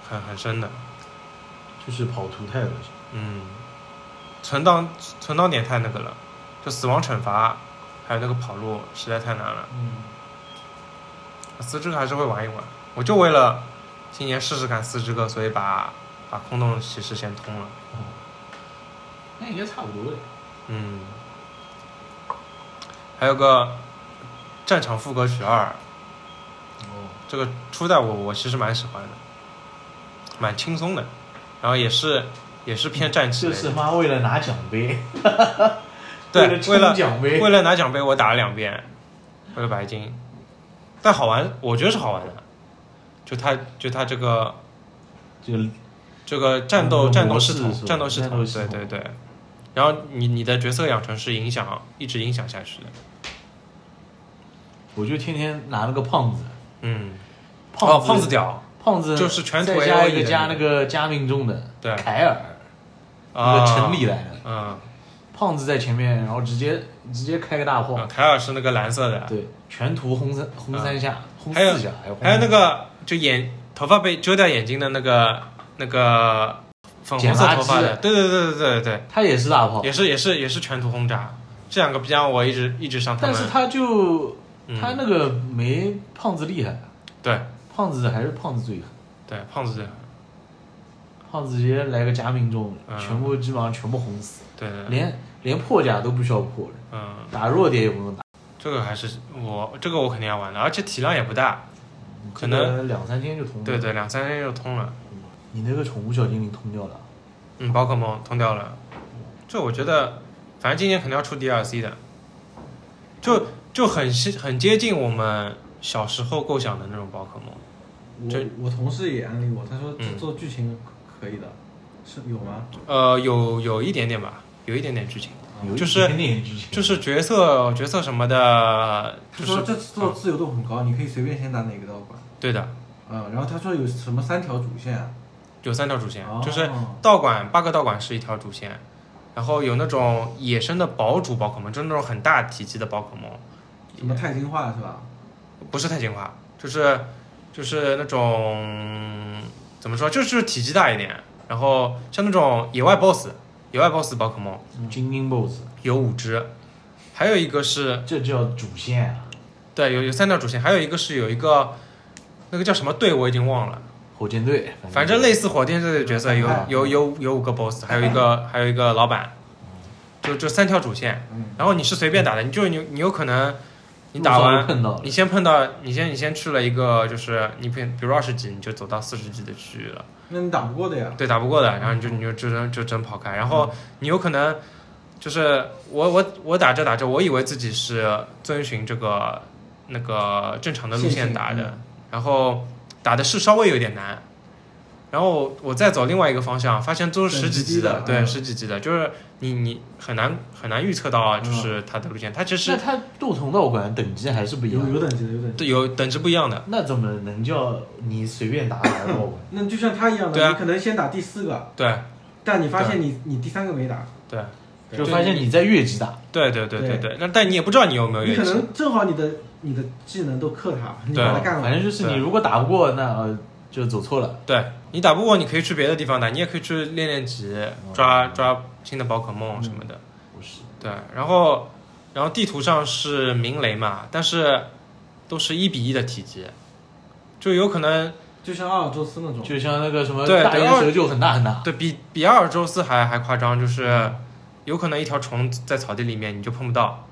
A: 很很深的，
D: 就是跑图太恶心。
A: 嗯，存档存档点太那个了，就死亡惩罚，还有那个跑路实在太难了。
B: 嗯，
A: 四之歌还是会玩一玩，我就为了今年试试看四之歌，所以把把空洞骑士先通了。
D: 那应该差不多的。
A: 嗯，还有个战场副歌曲二，
D: 哦，
A: 这个初代我我其实蛮喜欢的，蛮轻松的，然后也是也是偏战棋
D: 这
A: 类
D: 是
A: 的。
D: 妈为了拿奖杯，
A: 对，为
D: 了
A: 了
D: 冲奖杯
A: 为，了拿奖杯，我打了两遍，为了白金。但好玩，我觉得是好玩的。就他，就他这个
D: 就
A: 这个战斗
D: 嗯
A: 战斗
D: 模
A: 系
D: 式
A: 统
D: 是，吧
A: 战斗系
D: 战
A: 统，
D: 斗系
A: 对
D: 统
A: 对对。然后你你的角色养成是影响一直影响下去的，
D: 我就天天拿那个胖子，
A: 嗯，
D: 胖
A: 哦胖子屌，
D: 胖子
A: 就是全
D: 再
A: 腿
D: 加
A: AOE
D: 一个
A: 的
D: 加
A: 那
D: 那个加命中的，
A: 对
D: 凯尔，那
A: 啊，
D: 个城里来的，
A: 嗯，
D: 胖子在前面，然后直接直接开个大
A: 嗯，
D: 炮，
A: 凯尔是那个蓝色的，
D: 对，全图轰三轰三下，轰
A: 啊还有
D: 四下，轰
A: 还有那
D: 三
A: 个就眼头发被遮掉眼睛的那个那个粉红色
D: 捡垃圾
A: 头发的，对对对对对对，
D: 下他也是
B: 哦
D: 大炮，
A: 也是也是也是全图轰炸，这两个逼让我一直一直上他
D: 但
A: 们。
D: 是他就
A: 嗯
D: 他那个没胖子厉害，
A: 对
D: 胖子还是胖子最狠，
A: 对胖子
D: 胖子直接来个加命中，
A: 嗯
D: 全部基本上全部轰死，
A: 对对对，
D: 连连破甲都不需要破，
A: 嗯，
D: 打弱点也不用打，
A: 这个还是我这个我肯定要玩的，而且体量也不大，可能
D: 这个两三天就
B: 嗯
D: 通了。
A: 对，对，两三天就通了。
D: 你那个宠物小精灵通掉了，
A: 嗯，宝可梦通掉了，这我觉得反正今年肯定要出 DLC 的，就就很是很接近我们小时候构想的那种宝可梦。这
B: 我我同事也安利我，他说
A: 嗯
B: 做剧情可以的，是有吗？
A: 呃，有有一点点吧，有一点点剧情，
D: 有一
A: 就是
D: 点点之前
A: 就是角色角色什么的，
B: 他
A: 就
B: 说
A: 是啊
B: 这次做自由度很高，你可以随便先打哪个道馆。
A: 对的，
B: 嗯，然后他说有什么三条主线啊，
A: 有三条主线，
B: 哦
A: 就是道馆八个道馆是一条主线，然后有那种野生的堡主宝可梦，就是那种很大体积的宝可梦，
B: 什么钛金化是吧？
A: 不是太进化，就是就是那种怎么说，就是体积大一点，然后像那种野外 BOSS，野外 BOSS 宝可梦
D: 精英 BOSS，
A: 有五只，还有一个是
D: 这叫主线啊，
A: 对有有三条主线，还有一个是有一个那个叫什么队我已经忘了，
D: 火箭队，
A: 反正类似火箭队的角色有
D: 反派
A: 有有有五个 BOSS，还有一个还有一个老板，就就三条主线。
B: 嗯，
A: 然后你是随便打的，你就你你有可能你
D: 路
A: 打
D: 上
A: 完，
D: 碰到了
A: 你先碰到你先你先去了一个就是你比比如二十级你就走到四十级的区域了，
B: 那你打不过的呀。
A: 对打不过的，然后你就你就就真就真跑开，然
B: 嗯
A: 后你有可能就是我我我打着打着，我以为自己是遵循这个那个正常的路线打
B: 线性嗯
A: 的，然后打的是稍微有点难，然后我我再走另外一个方向，发现都是十
B: 等
A: 几
B: 级
A: 级
B: 的
A: 的，对，
B: 嗯
A: 十几级的，就是你你很难很难预测到啊，
B: 嗯
A: 就是它的路线，它其
D: 那
A: 实
D: 它不同道馆等级还是不一
B: 有
D: 样
B: 有
D: 的，
B: 等级的，有等级的。
A: 对有等级不一样的。
D: 那怎么能叫你随便打哪个道馆？
B: 那就像他一样
A: 对
B: 的，
A: 啊
B: 你可能先打第四个，
A: 对
B: 但你发现你你第三个没打，
A: 对
B: 对
D: 就发现你在越级打，
A: 对对对对
B: 对
A: 对，那但你也不知道你有没有
B: 你
A: 运
B: 可
A: 气。
B: 能正好你的你的技能都克他，你
A: 对啊
B: 把他干
D: 反
B: 了。
D: 正就是
A: 对
D: 你如果打不过，那呃就走错了。
A: 对你打不过，你可以去别的地方打，你也可以去练练级，
B: 哦
A: 抓抓新的宝可梦什么的。
D: 不是，
A: 对，然后然后地图上是鸣雷嘛，但是都是一比一的体积，就有可能
B: 就像阿尔宙斯那种，
D: 就像那个什么
A: 对
D: 大
A: 对
D: 岩
A: 二
D: 蛇就很大很大，
A: 对比比阿尔宙斯还还夸张，就是
B: 嗯
A: 有可能一条虫在草地里面你就碰不到，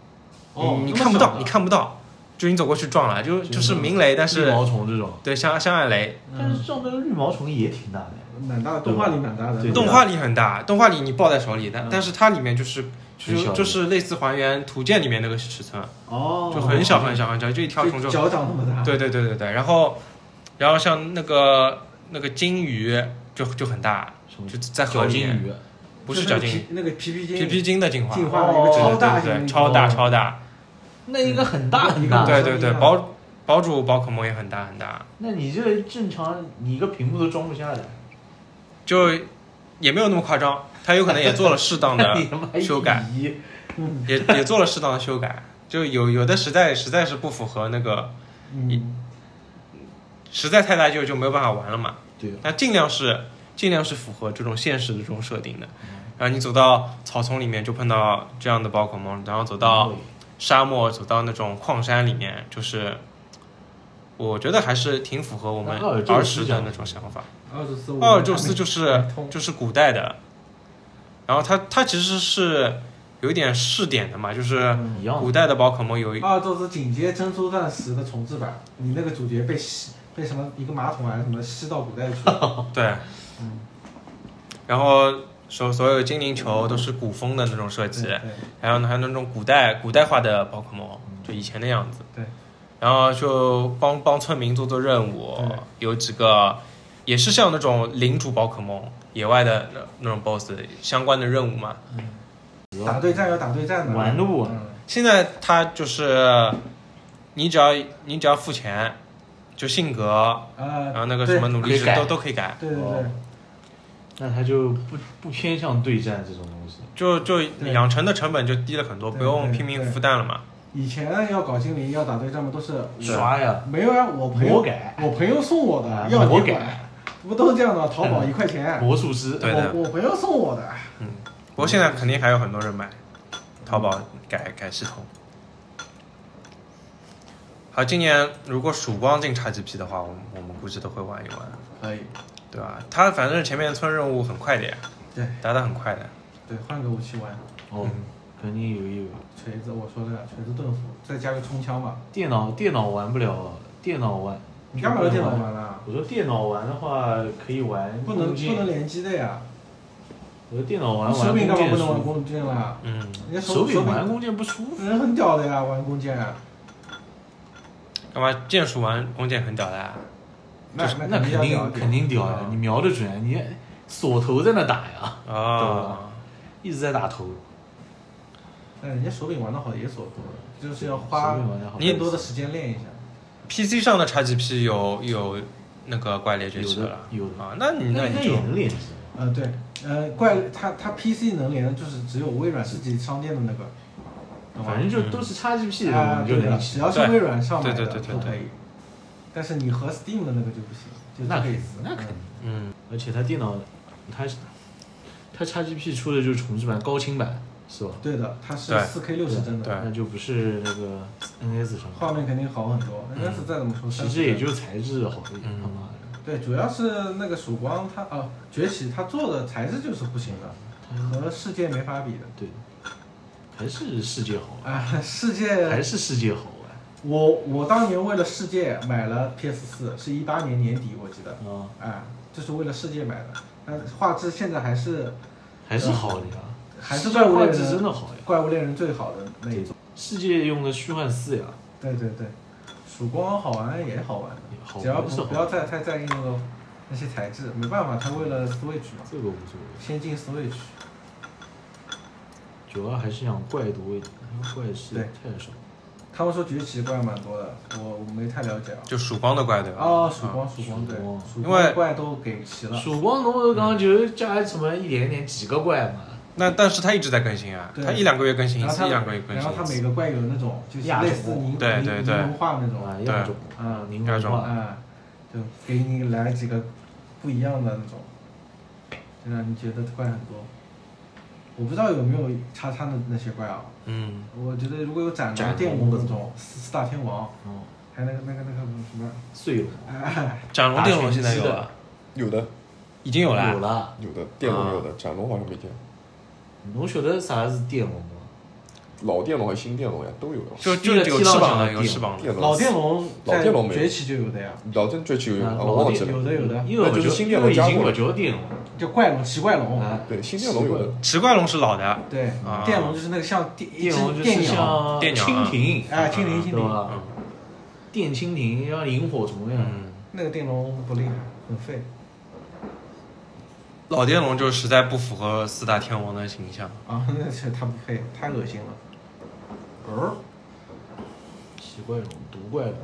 B: 哦，
A: 你你
B: 那么
A: 看不
B: 小
A: 到，
B: 的
A: 你，看不到，就你走过去撞了，就
D: 就是
A: 就是鸣雷，但
D: 绿
A: 是
D: 毛虫这种，
A: 对像像艾雷，
B: 嗯
D: 但是撞那个绿毛虫也挺大的，
B: 蛮大的，动画里蛮大的
D: 对，
A: 动画里很大，动画里你抱在手里，但、
D: 嗯
A: 但是它里面就是就
D: 很小
A: 是就是类似还原图鉴里面那个尺寸，
B: 哦，
A: 就很小很小很小，就一条虫
B: 就
A: 就
B: 脚掌那么大，
A: 对对对对对，然后然后像那个那个金鱼就就很大，
D: 什么
A: 就在河
D: 嗯小
A: 里
D: 金
A: 面，
D: 鱼，
A: 不是
B: 就
A: 脚
B: 那个
A: 金鱼
B: 皮，那个皮皮筋
A: 皮皮筋的进化，
B: 进化了一个
D: 哦
B: 超大
A: 对对对，
B: 型的
A: 超大
D: 哦
A: 超大，
D: 那应该很大很大。
B: 啊
A: 对对对，
B: 嗯
A: 宝宝主宝可梦也很大很大，
D: 那你这正常，你一个屏幕都装不下的，
A: 就也没有那么夸张，它有可能也做了适当 的
D: 你他妈一
A: 修改
D: 比一，
B: 嗯
A: 也也做了适当的修改，就有有的实在实在是不符合那个，
B: 嗯，
A: 实在太大就就没有办法玩了嘛。
D: 对，
A: 那尽量是尽量是符合这种现实的这种设定的。然后你走到草丛里面就碰到这样的宝可梦，然后走到沙漠，走到那种矿山里面，就是我觉得还是挺符合我们
D: 那阿尔宙斯
A: 儿时
D: 这
A: 的
D: 样
A: 那种想法。
B: 阿尔宙斯，
A: 阿尔宙斯 就是
B: 还没通
A: 就是古代的，然后它它其实是有一点试点的嘛，就是
B: 嗯
D: 一样的
A: 古代的宝可梦有一
B: 阿尔宙斯紧接《珍珠钻石》的重置版，你那个主角被吸被什么一个马桶啊还是什么吸到古代去了，
A: 对，
B: 嗯
A: 然后所所有精灵球都是古风的那种设计，
D: 嗯
B: 对
A: 然后呢还有那种古代古代化的宝可梦，就以前的样子。
B: 对，
A: 然后就帮帮村民做做任务
B: 对，
A: 有几个也是像那种领主宝可梦野外的那那种 BOSS 相关的任务嘛。
B: 打对战有打对战的
D: 玩啊都不玩
B: 嗯
A: 现在它就是你只要你只要付钱，就性格，
B: 呃
A: 然，后那个什么努力值
D: 嗯可以改
A: 都都可以改。
B: 对对对
D: 哦，那它就不不偏向对战这种东西。
A: 就就
B: 对
A: 养成的成本就低了很多，
B: 对
A: 不用
B: 对
A: 拼命
B: 对
A: 孵蛋了嘛。
B: 以前要搞精灵要打对战嘛，都是
D: 刷呀，
B: 没有呀，啊我朋
D: 魔
B: 友
D: 改，
B: 我朋友送我的，
D: 啊
B: 要
D: 魔嗯
B: 你管
D: 改，
B: 不都是这样的吗？淘宝一块钱，
D: 魔术师，
A: 对的
B: 我我朋友送我的，
A: 不过现在肯定还有很多人买，
B: 嗯
A: 淘宝改改系统。好，今年如果曙光进 XGP 的话，我们我们估计都会玩一玩，
D: 可以。
A: 对吧？它反正前面村任务很快的呀，
B: 对
A: 打得很快的。
B: 对，换个武器玩，
D: 哦，肯定有一有。
B: 锤子，我说的锤子盾斧，再加个冲枪吧。
D: 电脑电脑玩不了，电脑玩。
B: 你干嘛要电脑玩啊？
D: 我说电脑玩的话可以玩
B: 不能
D: 弓
B: 不
D: 箭
B: 能联机的呀，
D: 我说电脑玩
B: 你手
D: 玩
B: 柄
D: 弓
B: 干嘛
D: 箭
B: 不能玩
D: 舒服，
B: 弓箭啦？
A: 嗯，
B: 人家
D: 手
B: 柄
D: 柄玩弓箭不舒服。
B: 人很屌的呀，玩弓箭，啊
A: 干嘛剑术玩弓箭很屌的、啊？
B: 那
D: 那
B: 定
D: 肯
B: 要
D: 定
B: 屌
D: 肯定屌呀
A: 啊！
D: 你瞄得准，你锁头在那打呀，
B: 啊
A: 哦，
D: 一直在打头。
B: 但人家手柄玩的好也所不能，就是要花
D: 手柄玩得好
B: 更多的时间练一下。
A: PC 上的 XGP 有有那个怪猎崛
D: 有
A: 起了
D: 的
A: 啦
D: 有的，
A: 啊？那你那
D: 那
A: 你
D: 那
A: 就
D: 也能练习。
B: 呃，对，呃，怪它它 PC 能连的就是只有微软自己商店的那个，懂吗
D: 反正就都是 XGP 的，我
B: 啊，
D: 们就
B: 对
D: 能
B: 的，
D: 一起
B: 只。要是微软上买
A: 对
B: 的
A: 对对对
B: 都可以，但是你和 Steam 的那个就不行，就
D: 那
B: 可
D: 可以
B: 以，
D: 那肯定。
A: 嗯，
D: 而且它电脑，它它 XGP 出的就是重置版、高清版，是吧？
B: 对的，它是
A: 对
B: 四 K 六十帧的，
A: 对
D: 那就不是那个 NS 上
B: 画
D: 面，
B: 面肯定好很多。
A: 嗯
B: NS 再怎么说，
D: 其
B: 30
D: 实也就材质好一点，
A: 嗯
D: 他妈的，
B: 对，主要是那个曙光它哦崛起它做的材质就是不行的，
D: 它
B: 和世界没法比的。
D: 对，还是世界好玩，
B: 啊， 世
D: 还
B: 界，
D: 是世界好玩
B: 我我当年为了世界买了 PS 四，是一八年年底我记得，
D: 啊，
B: 啊，就是为了世界买的。但是画质现在还是
D: 还是好的呀，
B: 还是
D: 世界
B: 怪物
D: 画
B: 猎
D: 质真
B: 人，
D: 的好呀，
B: 怪物猎人最好的那一种。
D: 世界用的虚幻四呀，
B: 对对对，曙光好玩也好玩的
D: 也好玩
B: 只要
D: 是好
B: 不
D: 玩
B: 不要再太在意那个那些材质，没办法，他为了 Switch 嘛，
C: 这个无所谓。
B: 先进 Switch。
D: 主要还是想怪的问题，怪事太少。
B: 他们说崛起怪蛮多的，我我没太了解啊。
A: 就曙光的怪对吧？啊
B: 哦，曙光，曙光，对
D: 曙光，
B: 曙
A: 因为
B: 光怪都给齐了。
D: 曙光龙头刚就是加什么一点一点几个怪嘛，
A: 那但是它一直在更新啊，
B: 对
A: 它一两个月更新一
B: 然后
A: 次，
B: 他
A: 一两个月更
B: 然
A: 新
B: 后他
A: 一
B: 每
A: 次。
B: 个怪有那种就是
D: 亚种
B: 类似凝
A: 对对
B: 凝
A: 对
B: 凝化那种，
D: 啊，
A: 对
D: 亚种
B: 嗯，
D: 柠
A: 亚
D: 檬
A: 种
D: 化，
B: 啊，就给你来几个不一样的那种，就让你觉得怪很多。我不知道有没有叉叉的那些怪啊，
A: 嗯，
B: 我觉得如果有斩
D: 斩
B: 龙电龙
D: 龙的
B: 那
D: 种
B: 种四四大天王，
D: 哦，
B: 还有那个那个那个什么，
D: 碎龙
B: 哎，
A: 斩龙电龙现在有
D: 打拳
A: 了，
C: 有的，
A: 已经有了。啊
D: 嗯有了，
C: 有的，电龙有的，斩龙好像没见。
D: 侬晓得啥是电龙吗？
C: 老电龙还是新电龙呀，都有呀。
A: 就就有翅膀了，有翅膀了。
C: 电龙
B: 老电龙
C: 老
B: 在
C: 电龙没有
B: 崛起就有的呀，
C: 老电最起有
D: 啊
C: 啊，
D: 老
C: 我忘记
D: 电
C: 了。
B: 有的有的，
D: 因为我
C: 那就是
D: 觉得
C: 新
D: 因
C: 电龙
D: 为已
C: 加
D: 经
C: 过
D: 不
C: 来
D: 叫电龙
B: 叫怪龙奇怪龙，
D: 啊，
C: 对，新电龙有的，
A: 奇怪龙是老的，
B: 对
A: 啊，
B: 电龙就是那个像电一
D: 电龙
B: 只
D: 就
B: 电
D: 是
B: 鸟，
D: 像
A: 电鸟
D: 啊蜻蜓，
B: 哎，蜻蜓蜻
D: 对
B: 蜓，
D: 吧？电蜻蜓像萤火虫一样，
A: 嗯，
B: 那个电龙不厉害，很废。
A: 老电龙就实在不符合四大天王的形象。
B: 啊，那是他不配，太恶心了。哦，
D: 奇怪龙、毒怪龙，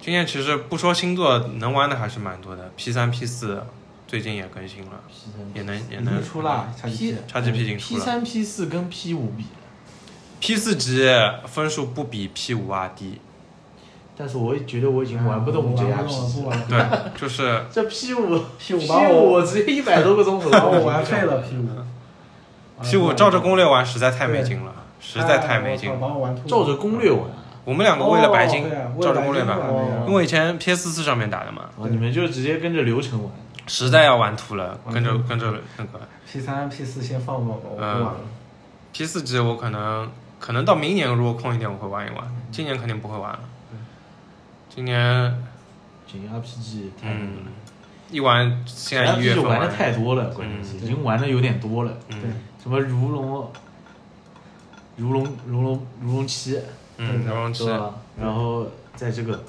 A: 今天其实不说星座，能玩的还是蛮多的。P 三、P 四最近也更新了，
D: P 三
A: 也能也
B: 已经
A: 能
B: 出了，差
D: P 哎
B: 一
A: 差 GP 已经出
D: 嗯 P
A: 了
D: 三、P 四跟 P 五比，
A: P 四级分数不比 P 五啊低，
D: 但是我也觉得我已经玩不动这
B: 玩
D: 家
B: 嗯不
D: P
B: 动了，
D: 四
B: 不玩了。
A: 对，
B: 啊
A: 就是
D: 这 P 五
B: P 五
D: P
B: 把我
D: 五直接一百多个钟头，
B: 把我玩废了 P 五。
A: P 五照着攻略玩实在太没劲了，实在太没劲
B: 哎我操
A: 了。
B: 把我玩吐了。
D: 照着攻略玩
A: 我们两个为了白金
B: 哦对啊为了
A: 照着攻略
B: 白金哦
A: 玩，
B: 玩
A: 因为以前 PS 四上面打的嘛，
D: 啊，你们就直接跟着流程玩。
A: 实在要玩吐了，
B: 玩
A: 跟着
B: 吐
A: 跟着那个
B: P 三 P 四先放放吧，我
A: 呃
B: 不玩了。
A: P 四级，我可能可能到明年如果空一点我会玩一玩，
B: 嗯
A: 今年肯定不会玩了。今年
D: 仅 RPG 太多
A: 嗯
D: 了，
A: 一玩现在一月
D: RPG
A: 份
B: 哎
D: 玩的太多了，关键是已经玩的有点多了，
B: 对
A: 嗯，
D: 什么如龙、如龙、如龙、如龙七，
A: 嗯，然后
D: 对
A: 是
D: 吧？然后在这个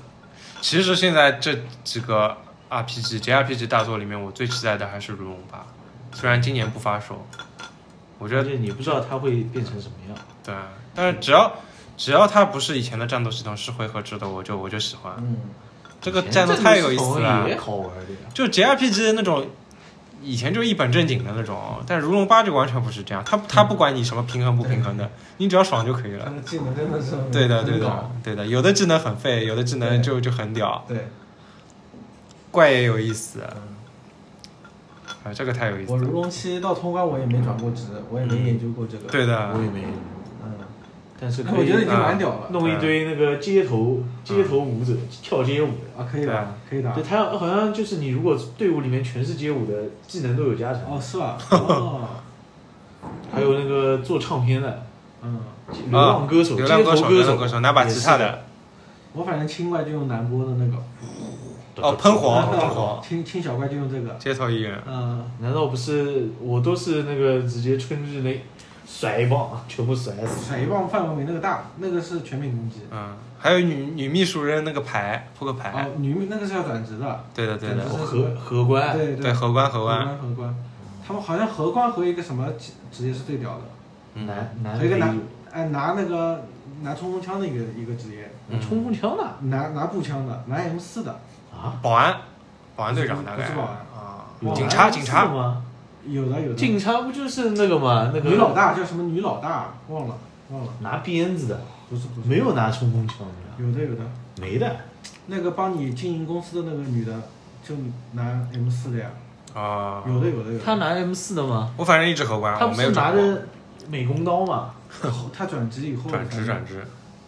A: 其实现在这几个 RPG、JRPG 大作里面，我最期待的还是《如龙八》，虽然今年不发售，我觉
D: 而
A: 得
D: 且你不知道它会变成什么样。
A: 对，但是只要只要它不是以前的战斗系统是回合制的，我就我就喜欢
B: 嗯，
A: 这个战斗太有意思了
D: 也，好玩的呀。
A: 就 JRPG 那种。以前就一本正经的那种，但《如龙八》就完全不是这样，它它不管你什么平衡不平衡的，你只要爽就可以了。
B: 他的技能真的是
A: 嗯对的，对
B: 嗯很
A: 的
B: 搞，
A: 对的，有的技能很废，有的技能
B: 对
A: 就就很屌，
B: 对，
A: 怪也有意思啊，
B: 嗯
A: 这个太有意思
B: 我
A: 了。
B: 如龙七到通关我也没转过职，我也没研究过这个。，
A: 嗯对的
D: 我，也没，
B: 嗯，
D: 但是
B: 那
D: 可
B: 我
D: 以
B: 觉得已经
A: 啊
B: 蛮屌了
D: 弄一堆那个街头街头舞者跳街舞的。
B: 啊，可以
A: 对
B: 的
A: 啊，
B: 可以的
D: 对。他好像就是你如果队伍里面全是街舞的，技能都有加成，
B: 哦，是吧？哦，
D: 还有那个做唱片的
B: 嗯，
D: 流浪歌手、
A: 啊流浪歌
D: 街头
A: 流
D: 手
A: 浪歌手，拿把吉他的，
B: 我反正清怪就用南波的 那个。
A: 哦，喷火，
B: 那
A: 喷火，
B: 清清小怪就用这个，
A: 街头艺人，
B: 嗯，
D: 难道不是我都是那个直接春日那甩一棒，全部甩死？
B: 甩一棒范围没那个大，那个是全面攻击。
A: 嗯，还有女女秘书扔那个牌，扑克牌，
B: 哦，女那个是要转职的，
A: 对的对的
B: 对，
D: 荷荷官，
B: 对
A: 对荷官荷
B: 荷
A: 官，
B: 官荷官，他们好像荷官和一个什么职职业是最屌的，
A: 嗯，
D: 男男
B: 和一个
D: 男
B: 拿哎拿那个拿冲锋枪的一个一个职业，
A: 嗯
D: 冲锋枪的
B: 拿拿步枪的，拿 M 四的，
D: 啊？
A: 保安，保安队长大概，
B: 不是保安
A: 啊
B: 保，安
A: 警察警
D: 是
A: 察，嗯
D: 吗？
B: 有的有的。
D: 警察不就是那个吗？那个
B: 女老大叫什么女老大？忘了忘了，
D: 拿鞭子的，
B: 不是不是，
D: 没有拿冲锋枪的，
B: 有的有的，
D: 没的。
B: 那个帮你经营公司的那个女的就拿 M 四的呀，
A: 啊，
B: 有的有的有的。
D: 他拿 M 四的吗？
A: 我反正一直荷官，
D: 他
A: 啊我
D: 不
A: 没有
D: 是拿
A: 转过，
D: 着美工刀吗？
B: 后他转职以后
A: 转职
B: 反正
A: 转职，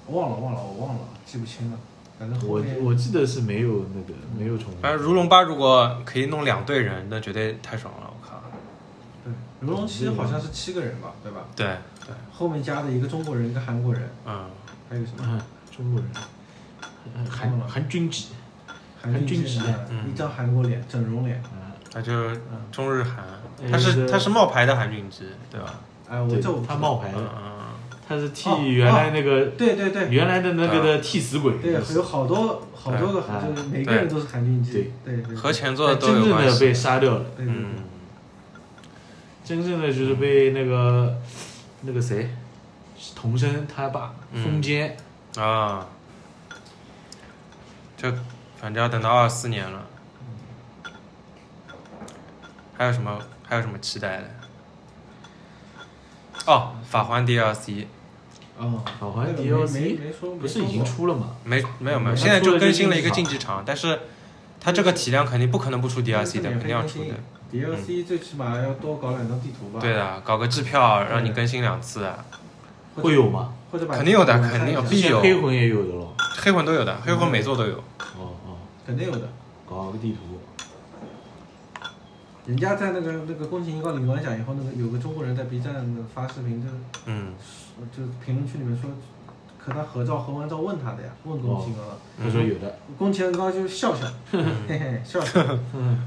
B: 忘了忘了，我忘了，记不清了。反正后
D: 我
B: 面
D: 我记得是没有那个没有冲锋
A: 反
D: 枪
A: 正。啊如龙八如果可以弄两队人，那绝对太爽了，我靠，
B: 对，刘龙七好像是七个人吧，对吧？
A: 对对，
B: 后面加的一个中国人，一个韩国人，
A: 嗯，
B: 还有什么？
D: 嗯，中国人，呃韩韩军籍，
B: 韩
D: 军
B: 籍
D: 籍，
A: 嗯
B: 一张韩国脸，整容脸。
D: 啊，
A: 那就
B: 嗯
A: 中日韩，
D: 嗯
A: 他
D: 那
A: 是
D: 个
A: 他是冒牌的韩俊基，对吧？
B: 哎，我
D: 对
B: 这我不知道啊
D: 他冒牌
A: 嗯
D: 的，
A: 嗯，
D: 他他是替
B: 哦
D: 原来那个、
B: 对对对，
D: 原来的那个的
A: 啊
D: 替死鬼，
B: 对啊
D: 就是
B: 有好多好多个，
A: 哎
D: 对
B: 就是每个人都是韩军
D: 对
B: 机，对对，对
A: 嗯和前作都
D: 哎真
A: 有
D: 正
A: 关
D: 的被
A: 系。
D: 杀掉了，
B: 对对对，
A: 嗯，
D: 真正的就是被那个那个谁，童生他爸
A: 嗯
D: 封监，
A: 啊，这反正要等到二四年了。还有什么？还有什么期待的？哦，《法环》DLC
B: 哦，
A: 嗯
D: 好像
B: 那个没
D: DLC
B: 没没说，
D: 不是已经
B: 出
D: 出了吗？
A: 没没有没有，
D: 嗯
A: 现在
D: 它出
A: 就
D: 了
A: 更新了一个
D: 竞技
A: 竞技场，但是它这个体量肯定不可能不出 DLC 的，
B: 免
A: 肯
B: 费
A: 定要
B: 更
A: 出
B: 新
A: 的。嗯
B: DLC 最起码要多搞两张地图吧？
A: 对，的，搞个支票让你更新两次，啊
D: 会有吗？
B: 或者把
A: 肯定有的
B: 地图
A: 肯定有
B: 看一下
A: 必须
D: 现在黑魂也有的了，
A: 黑魂都有的，黑魂每座都有。
D: 哦哦，
B: 肯定有的。
D: 搞个地图，
B: 人家在那个那个宫崎英高领完奖以后，那个有个中国人在 B 站那个发视频，就
A: 嗯，
B: 就评论区里面说，可他合照合完照问他的呀，问宫
A: 哦
B: 崎英高了，
A: 嗯
D: 他说有的，
B: 宫崎英高就笑 笑，嘿嘿笑笑，
D: 嗯，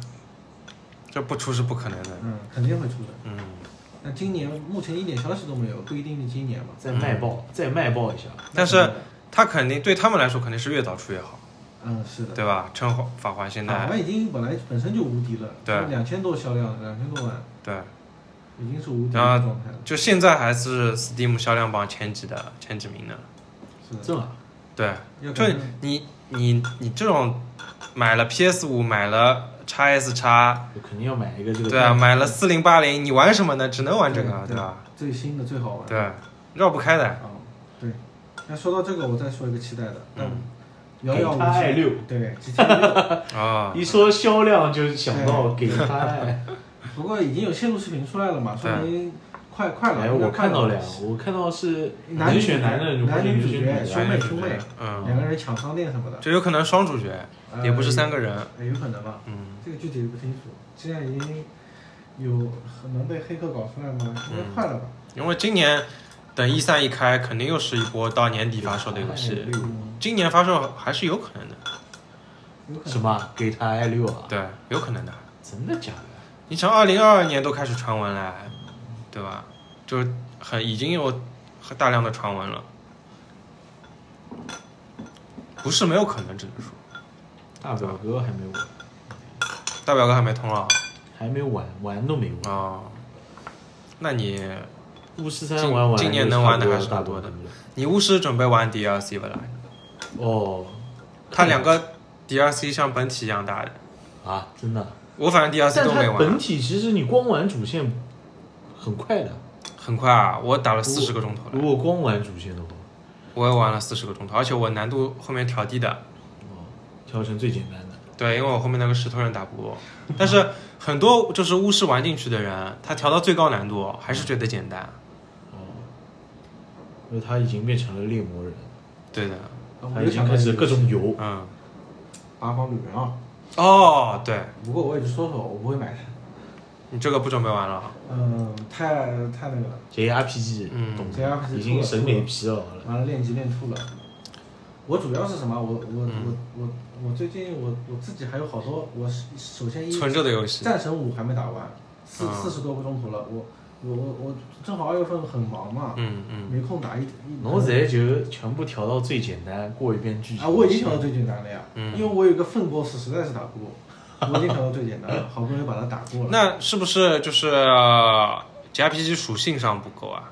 A: 这不出是不可能的。
B: 嗯，肯定会出的。
A: 嗯，
B: 那今年目前一点消息都没有，不一定是今年嘛。
D: 再卖爆，再卖爆一下，
A: 但是他肯定对他们来说肯定是越早出越好，
B: 嗯，是的，
A: 对啊吧？趁华法环现
B: 台
A: 在
B: 湾已经本来本身就无敌了，
A: 对
B: 两千多销量，两千多万，
A: 对，
B: 已经是无敌的
A: 然后
B: 状态了。
A: 就现在还是 Steam 销量榜前几的前几名呢。
B: 是的，
D: 正啊，
A: 对，
B: 要
A: 就
B: 赶上
A: 你你你这种买了 PS 五，买了 x S x
D: 我肯定要买一个这个，
A: 对啊，，买了四零八零，你玩什么呢？只能玩这个，对
B: 对
A: 吧？
B: 最新的最好玩。
A: 对，绕不开 的。
B: 啊，对。那说到这个，我再说一个期待的，但
A: 嗯
B: 遥遥无
D: 给他爱
B: 期。
D: 六
B: 对，GTA 六，
A: 啊，
D: 一说销量就想到给他哎爱，
B: 不过已经有线路视频出来了嘛，说明快快了。
D: 哎，
B: 应该
D: 我
B: 快
D: 看到了呀
B: 了，，
D: 我看到是
B: 男
D: 能
B: 女
D: 选男的，哎
B: 男
D: 女
B: 女主角兄妹兄妹，两
A: 嗯，
B: 个人抢商店什么的，
A: 就有可能双主角，
B: 呃
A: 也不是三个人。
B: 哎有可能吧？
A: 嗯，
B: 这个具体不清楚。现在已经有能被黑客搞出来吗？应
D: 嗯
B: 该快了吧？
A: 因为今年等一三一开，肯定又是一波到年底发售的游戏。今年发售还是有可能的，
B: 有可能。
D: 什么？给他爱六啊？
A: 对，有可能的。
D: 真的假的？
A: 你从二零二二年都开始传闻了，对吧？就是很已经有很大量的传闻了，不是没有可能，只能说
D: 大表哥还没玩，
A: 大表哥还没通了
D: 还没玩，玩都没玩。
A: 哦。那你
D: 巫师三玩完，
A: 今年能玩的还是
D: 大
A: 很
D: 多
A: 多的你巫师准备玩 DLC 不啦？
D: 哦，
A: 它两个 DLC 像本体一样大的，
D: 啊，真的。
A: 我反正
D: 但
A: DLC 都没
D: 它本
A: 玩，啊
D: 体其实你光玩主线很快的，
A: 很快啊，我打了四十个钟头
D: 如
A: 了，
D: 果光玩主线的话，
A: 我也玩了四十个钟头，而且我难度后面调低的，
D: 哦，调成最简单的。
A: 对，因为我后面那个石头人打不过，但是很多就是巫师玩进去的人，他调到最高难度还是觉得简单。
D: 哦，因为他已经变成了猎魔人，
A: 对的，
B: 啊
D: 他
B: 我又
D: 已经
B: 想
D: 开
B: 到一
D: 始
B: 个
D: 各种游。
A: 嗯，
B: 八方旅人啊，
A: 哦，对
B: 不过我也就说说，我不会买的。
A: 你这个不准备玩了，
B: 嗯，太太那个了，
D: JRPG，
A: 嗯
D: 懂
B: JRPG
D: 已经审美疲劳了。
B: 完了练级练吐了。我主要是什么？我我、
A: 嗯
B: 我我我最近我我自己还有好多，我是首先一
A: 存着的游戏，
B: 战神五还没打完，四
A: 啊
B: 四十多个钟头了，我我我我正好二月份很忙嘛，
A: 嗯嗯，
B: 没空打一一。
D: 侬现在就全部调到最简单，过一遍剧情。
B: 啊，我已经调到最简单了呀，
A: 嗯
B: 因为我有一个粪 boss 实在是打不过，我已经调到最简单了，好不容易把它打过了。
A: 那是不是就是呃 JRPG 属性上不够啊？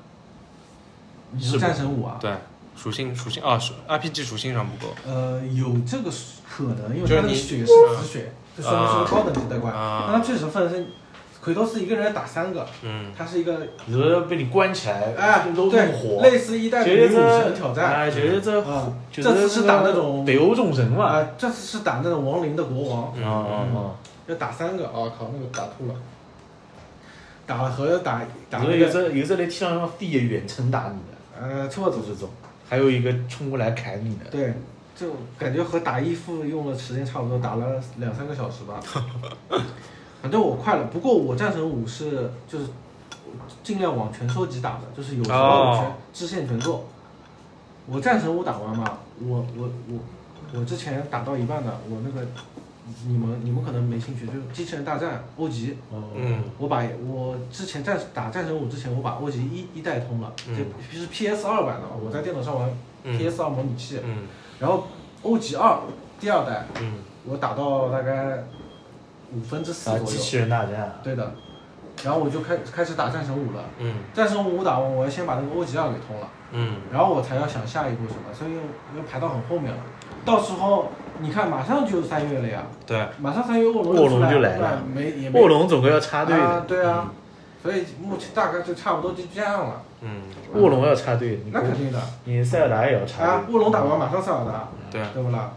B: 你说战神五啊？
A: 对，属性属性啊，属 RPG 属性上不够。
B: 呃，有这个可能，因为
A: 就是
B: 他那个
A: 你
B: 血是
D: 啊
B: 紫血，就说明是
A: 啊
B: 个高等级的怪。
A: 啊
B: 但他确实分身，奎托斯一个人打三个，
A: 嗯，
B: 他是一个
D: 你说被你关起来，
B: 哎，
D: 都
B: 对
D: 弄火，，
B: 类似一代的
D: 觉
B: 女武
D: 得
B: 神
D: 这
B: 挑战
D: 哎，觉得这
B: 啊，
D: 觉
B: 这
D: 得
B: 次是打那种
D: 北欧众神嘛，
B: 啊，这次是打那种亡灵的国王，
A: 嗯
D: 哦
B: 要打三个啊，靠，那个打吐了，打了和打打
D: 有
B: 那
D: 有
B: 个
D: 这有这来天上让地也远程打你的，
B: 呃错
D: 就
B: 组，
D: 这种，还有一个冲过来砍你的，
B: 对，就感觉和打一副用的时间差不多，打了两三个小时吧。反正我快了，不过我战神五是就是尽量往全收集打的，就是有时候
A: 哦
B: 全支线全做。我战神五打完嘛，我我我我之前打到一半的，我那个你们你们可能没兴趣，就机器人大战欧吉，
D: 哦，
F: 嗯
B: 我把我之前战打战神五之前，我把欧吉一一代通了，
F: 嗯
B: 这是 PS 二版的，我在电脑上玩
F: 嗯
B: PS 二模拟器，
F: 嗯
B: 然后欧吉二第二代
F: 嗯
B: 我打到大概五分之四
D: 啊，
B: 左
D: 机
B: 右，
D: 器人大战，
B: 对的，然后我就开开始打战神五了。
F: 嗯
B: 战神五打完，我要先把那个欧吉二给通了，
F: 嗯
B: 然后我才要想下一步什么，所以又又排到很后面了。到时候你看，马上就三月了呀，
F: 对，
B: 马上三月卧龙
D: 卧龙
B: 出
D: 就来
B: 来
D: 了
B: 对没也没
D: 卧龙总归要插队
B: 啊
D: 的，，嗯
B: 对啊，所以目前大概就差不多就这样了，
F: 嗯
D: 卧龙要插队，你
B: 那肯定的
D: 你塞尔达也要插
B: 啊，
D: 队，哎
B: 卧龙打完马上啊塞尔达，
F: 对，
D: 嗯
B: 对不啦？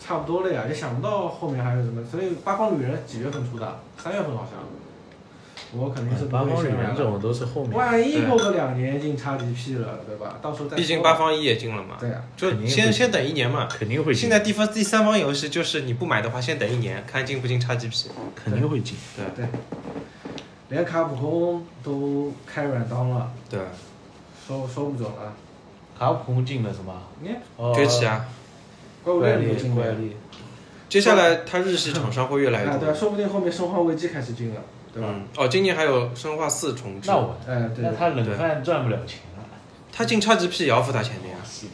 B: 差不多了呀，也想不到后面还有什么，所以《八方旅人》几月份出的？三月份好像，我肯定是不
D: 八
B: 会
D: 方旅
B: 先买
D: 人
B: 的
D: 这种都是后面，
B: 万一过个两年进 XGP 了，对吧？到时候再说
F: 毕竟八方一也进了嘛，
B: 对呀、
F: 就
D: 肯定
F: 先
D: 会
F: 先等一年嘛。
D: 肯定会进
F: 现，在第方第三方游戏就是你不买的话，先等一年，看进不进 XGP。
D: 肯定会进，
F: 对
B: 连卡普空都开软刀了，
F: 对，
B: 说说不准了。
D: 卡普空进了什么？
B: 你
D: 哦
F: 崛起，啊！
B: 怪物
D: 怪
B: 猎人都
D: 力
B: 进
D: 怪
B: 了，
D: 力，
F: 接下来它日系厂商会越来越
B: 哎，对啊，
F: 多。
B: 说不定后面生化危机开始进了，对吧？
F: 嗯，哦，今年还有《生化四重置
D: 那》，我
B: 哎，对
D: 那
B: 的，
D: 他冷饭赚不了钱啊了，
F: 它进 XGP 也要付它钱的呀，
D: 是的，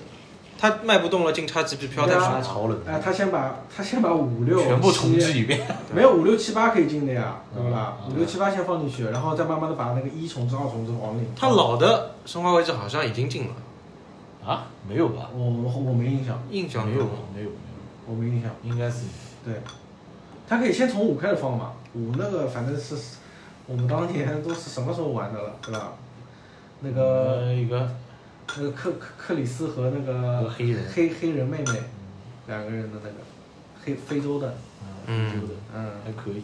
F: 它卖不动了，进 XGP 飘带
B: 对啊
F: 爽。
D: 他炒冷
B: 哎，
D: 饭，
B: 他先把他先把五六
D: 全部重
B: 七
D: 置一遍，
B: 没有五六七八可以进的呀，对不啦？
D: 嗯
B: 五六七八先放进去，然后再慢慢的把那个一重置、二重置往里。
F: 它老的《生化危机》好像已经进了，
D: 啊，没有吧？
B: 我我我没印象，
F: 印象
D: 没
F: 中
D: 有，没有，没
B: 我没印象。
D: 有，应该是
B: 对，他可以先从五开始放嘛，五那个反正是我们当年都是什么时候玩的了，对吧？那个、
D: 呃一个
B: 那个克克克里斯和那
D: 和
B: 个
D: 黑人
B: 黑黑人妹妹两个人的那个黑非洲的，
F: 嗯
D: 嗯，非洲的
B: 嗯，
D: 还可以，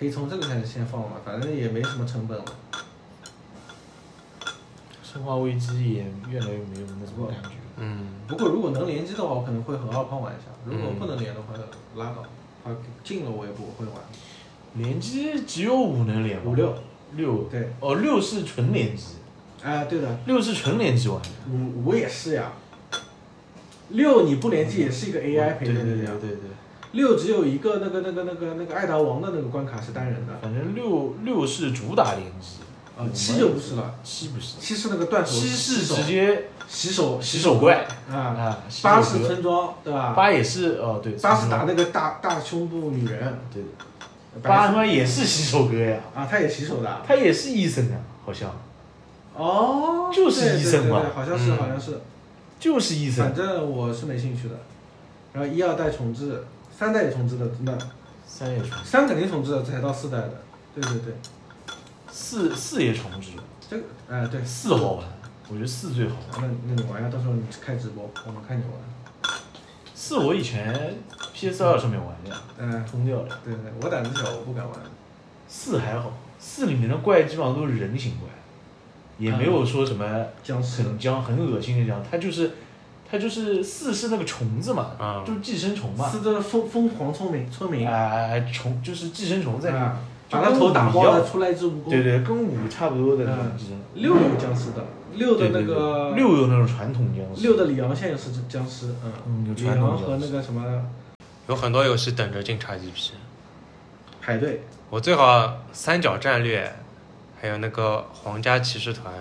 B: 可以从这个开始先放嘛，反正也没什么成本了。
D: 生化危机也越来越没有那种感觉，
F: 嗯，
B: 不过如果能联机的话，我可能会和二胖玩一下；如果
F: 嗯
B: 不能连的话，拉倒。啊，进了我也不会玩。
D: 联机只有五能连吧？
B: 五六
D: 六，
B: 对，
D: 哦，六是纯联机，
B: 哎、对的，
D: 六是纯联机玩的。
B: 五我也是呀。六你不联机也是一个 AI 陪
D: 嗯对
B: 着
D: 对
B: 你
D: 对
B: 呀。
D: 对对，
B: 六只有一个那个那个那个那个爱达王的那个关卡是单人的，
D: 反正六六是主打联机，
B: 呃，七就不是了，
D: 七不是，
B: 七是那个断手，
D: 嗯七是
B: 手
D: 直接
B: 洗手
D: 洗手怪
B: 啊，
D: 啊，洗手
B: 八是
D: 歌
B: 村庄对吧？
D: 八也是哦对，
B: 八是打那个大大胸部女人，
D: 对，八
B: 白
D: 他
B: 色
D: 妈也是洗手哥呀，
B: 啊，他也洗手的啊，
D: 他也是医生啊，好像
B: 哦，
D: 就是
B: 对对
D: 医生嘛
B: 对对好像是
F: 嗯
B: 好像是，
D: 就是医生
B: 反，正我是没兴趣的。然后一二代重置，三代也重置的，那
D: 三也重，
B: 三肯定重置的，才到四代的，对对对。
D: 四四也重置，
B: 这个，哎、对，
D: 四好玩，我觉得四最好玩。
B: 那那你玩呀，到时候你开直播，我们看你玩。
D: 四我以前 PS 二上面玩的呀，
B: 嗯、
D: 通掉了。
B: 对对，我胆子小，我不敢玩。
D: 四还好，四里面的怪基本上都是人形怪，也没有说什么
B: 僵尸，
D: 很僵、很恶心的僵，它就是它就是四是那个虫子嘛，
F: 嗯
D: 就是寄生虫嘛，
B: 是这个疯疯狂村民村民，啊、
D: 哎、虫就是寄生虫在里面，
B: 把他头打爆了，出来一只蜈蚣。
D: 啊对对，跟五差不多的那种寄生。
B: 六有僵尸的，六的
D: 对
B: 那
D: 对
B: 个
D: 对，嗯六有那种传统僵尸，
B: 六的里昂现在是僵尸，嗯，
D: 嗯有
B: 里
D: 传统
B: 昂
D: 僵尸
B: 和那个什么
F: 有很多游戏等着进 XGP。
B: 排队，
F: 我最好三角战略，还有那个皇家骑士团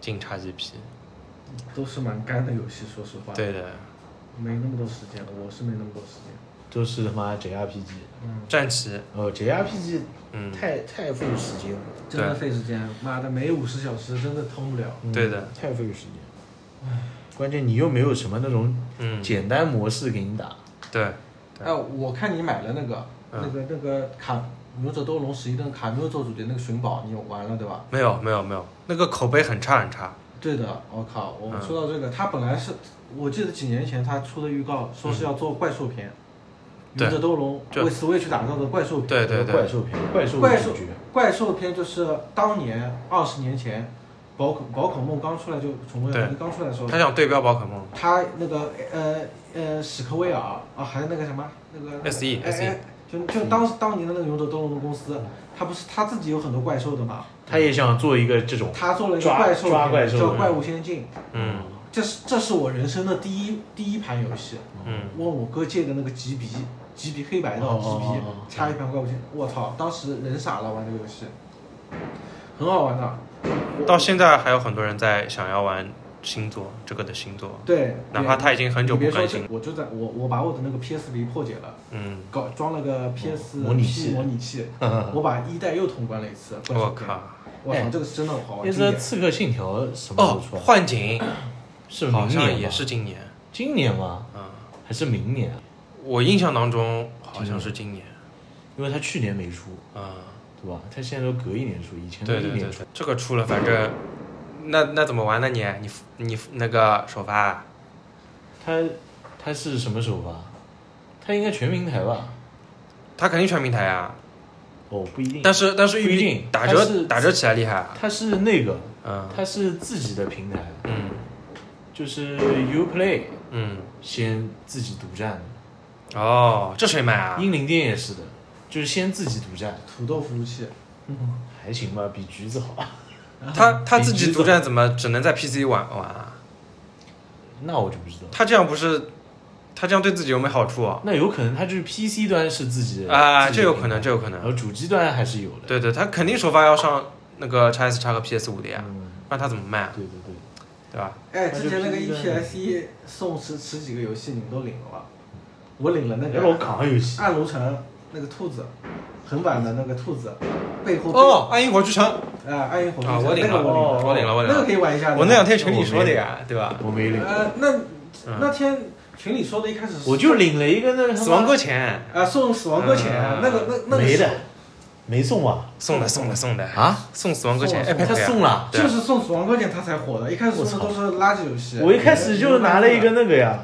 F: 进 XGP。
B: 都是蛮干的游戏，说实话。，
F: 对的，
B: 没那么多时间，我是没那么多时间。
D: 都是他妈 JRPG，
B: 嗯，
F: 战旗，
D: 哦 JRPG
F: 嗯，
D: 太太费时间了，
B: 真的费时间，妈的，每五十小时真的通不了。
D: 嗯
F: 对的，
D: 太费时间。关键你又没有什么那种
F: 嗯，
D: 简单模式给你打，
F: 对，对
B: 哎，我看你买了那个、
F: 嗯
B: 那个那个卡勇者斗龙十一的卡缪做主角那个寻宝，你有玩了对吧？
F: 没有没有没有，那个口碑很差很差。
B: 对的，我靠！我
F: 嗯
B: 说到这个，他本来是我记得几年前他出的预告说是要做怪兽片，
F: 对
B: 勇者斗龙
F: 这
B: 为 Switch 打造的怪兽片。
F: 对对
D: 怪
F: 对，
D: 兽片，怪兽
B: 怪
D: 主
B: 兽
D: 角，
B: 怪兽片就是当年二十年前，宝可宝可梦刚出来就宠物小
F: 对
B: 精刚出来
D: 嗯
B: 的时候，
F: 他想对标宝可梦。
B: 他那个呃呃史克威尔啊，还有那个什么那个
A: E，
F: SE
B: 哎哎就就当时当年的那个勇者斗龙的公司，他不是他自己有很多怪兽的嘛，
D: 他也想做一个这种，
B: 他做了一个
D: 抓
B: 怪兽
D: 抓怪
B: 片
D: 兽
B: 叫
D: 的
B: 《怪物仙境》，
F: 嗯，
B: 这是这是我人生的第一第一盘游戏，
F: 嗯，
B: 问我哥借的那个吉比，吉比黑白的
D: 哦
B: 吉比
D: 哦哦，
B: 差一盘怪物剑，我操，当时人傻了玩这个游戏，很好玩的。我
A: 嗯到现在还有很多人在想要玩星座这个的星座，
B: 对，
A: 哪怕他已经很久不
B: 你别说
A: 更
B: 这
A: 新
B: 个，，我就在我我把我的那个 PS 零破解了，
A: 嗯，
B: 搞装了个 PS
D: 模拟器
B: 模 拟器，我把一代又通关了一次。怪
A: 我
B: 兽
A: 靠，
B: 我操
D: 哎，
B: 这个是真的好啊玩。
D: 那
B: 经
D: 是《
B: 典
D: 刺客信条》什么时候
A: 哦
D: 出，啊？
A: 幻景嗯
D: 是明
A: 好
D: 年吧
A: 像也是今年，
D: 今年吗？
A: 嗯，
D: 还是明年啊？
A: 我印象当中好像是今年，
D: 因为他去年没出，
A: 嗯，
D: 对吧？他现在都隔一年出，以前都
A: 对
D: 一
A: 对对
D: 年
A: 对
D: 出。，
A: 这个出了，反正那那怎么玩呢你？你你那个首发啊
D: 他他是什么首发？他应该全平台吧？
A: 他肯定全平台啊，
D: 哦，不一定。
A: 但是但是
D: 不一
A: 玉
D: 定
A: 碧打
D: 它是
A: 折打折起来厉害啊，
D: 他是那个，
A: 嗯
D: 他是自己的平台，
A: 嗯
D: 就是 UPlay
A: 嗯，
D: 先自己独占的。
A: 哦，这谁买啊？
D: 英灵殿也是的，就是先自己独占，
B: 土豆服务器，
D: 还行吧，比橘子好。
A: 他他自
D: 比橘
A: 己
D: 子
A: 独占怎么只能在 PC 玩玩啊？
D: 那我就不知道了。
A: 他这样不是他这样对自己有没有好处啊？
D: 那有可能他就是 PC 端是自己的
A: 啊
D: 自
A: 这
D: 己的
A: 有
D: 平
A: 可能，
D: 台
A: 这有可
D: 然后
A: 能。
D: 主机端还是有的。
A: 对对，他肯定首发要上那个 x S 叉和 PS 五的呀，
D: 嗯，
A: 不然他怎么卖啊？
D: 对对对，
A: 对吧？
B: 哎，
D: 那就
B: 之前那个
D: 是一个
B: EPS 一送十十几个游戏，你们都领了吧？我领了那
A: 哎
D: 要老
B: 个
D: 港游戏，
B: 暗炉城那个兔子，横版的那个兔子，背后
A: 哦，暗影火炬城啊，
B: 背，啊，暗影火炬
A: 我领
B: 那个
A: 了，哦
B: 我
A: 我领了，我
B: 领
A: 领
B: 那个
A: 了
B: 可。以玩一下的。
A: 我那两天群里说的呀，对吧？
D: 我没领，
B: 呃，那
A: 嗯
B: 那天群里说的，一开始是
D: 我就领了一个那个他
A: 死
D: 妈
A: 亡搁浅
B: 啊送死亡搁浅啊
A: 嗯，
B: 那个那那个
D: 没
B: 是
D: 的，没送吧？
A: 送的送的送的
D: 啊，
A: 送死亡搁浅
B: 送
A: iPad
B: 了
D: 他
A: 哎呀
D: 送了，
A: 对
B: 就是送死亡搁浅它才火的，一开始
D: 我
B: 送的
D: 操
B: 都是垃圾游戏。
D: 我一开始就拿了一个那个呀，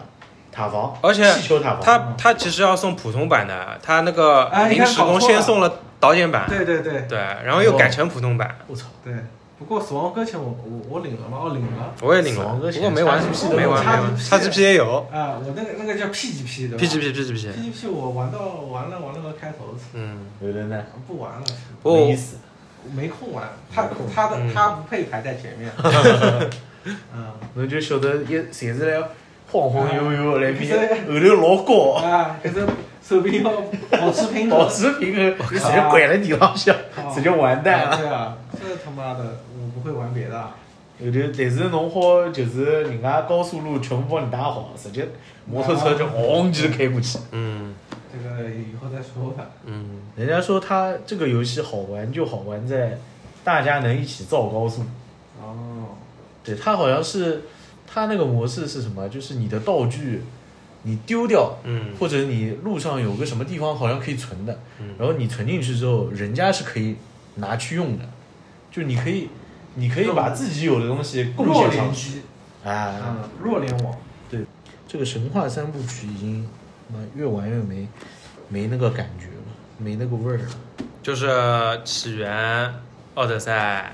D: 塔防，
A: 而且
D: 气球塔防，
A: 他他其实要送普通版的，他那个
B: 哎你
A: 临
B: 看
A: 时工
B: 搞错
A: 先
B: 了
A: 送了导演版，
B: 对对对
A: 对，哦然后又改成普通版，
D: 我操，
B: 对，不过死亡搁浅我我我领了吗？哦，领了。
A: 我也领
D: 死
A: 了
D: 亡搁，
A: 不
D: 浅
A: 过没玩
D: XGP
A: 没玩
B: 都
A: 没
B: 有
A: 玩
B: XGP
A: ，XGP 也有
B: 啊，我那个那个叫 PGP 对吧
A: PGP PGP，
B: PGP 我玩到玩了玩了个开头，
A: 嗯，
D: 有人呢，
B: 不玩了，
A: 不过
D: 没
A: 我
D: 意思，
B: 没空玩。他他的
A: 嗯
B: 他不配排在前 面。嗯
D: 侬就晓得一侪是来晃晃悠悠来比，
B: 哎
D: 后头老高，
B: 啊，可是手柄要 保持平衡
D: 保。持平衡，直接
B: 靠
D: 拐了地浪向
B: 哦，
D: 直接完蛋
B: 啊
D: 了。
B: 对啊，这他妈的我不会玩别的啊。
D: 后头，但是侬好就是人家高速路全部帮你搭好，直接摩托车就轰就开过去。
A: 嗯
B: 这个以后再说吧。
A: 嗯，
D: 人家说他这个游戏好玩就好玩在大家能一起造高速，
B: 哦，
D: 对他好像是他那个模式是什么？就是你的道具你丢掉，
A: 嗯
D: 或者你路上有个什么地方好像可以存的，
A: 嗯
D: 然后你存进去之后，人家是可以拿去用的，就你可以你可以把自己有的东西贡
B: 弱
D: 献上
B: 联
D: 去
B: 机，
D: 啊。
B: 嗯，弱联网。
D: 这个神话三部曲已经，妈越玩越没没那个感觉了，没那个味儿了。
A: 就是起源、奥德赛，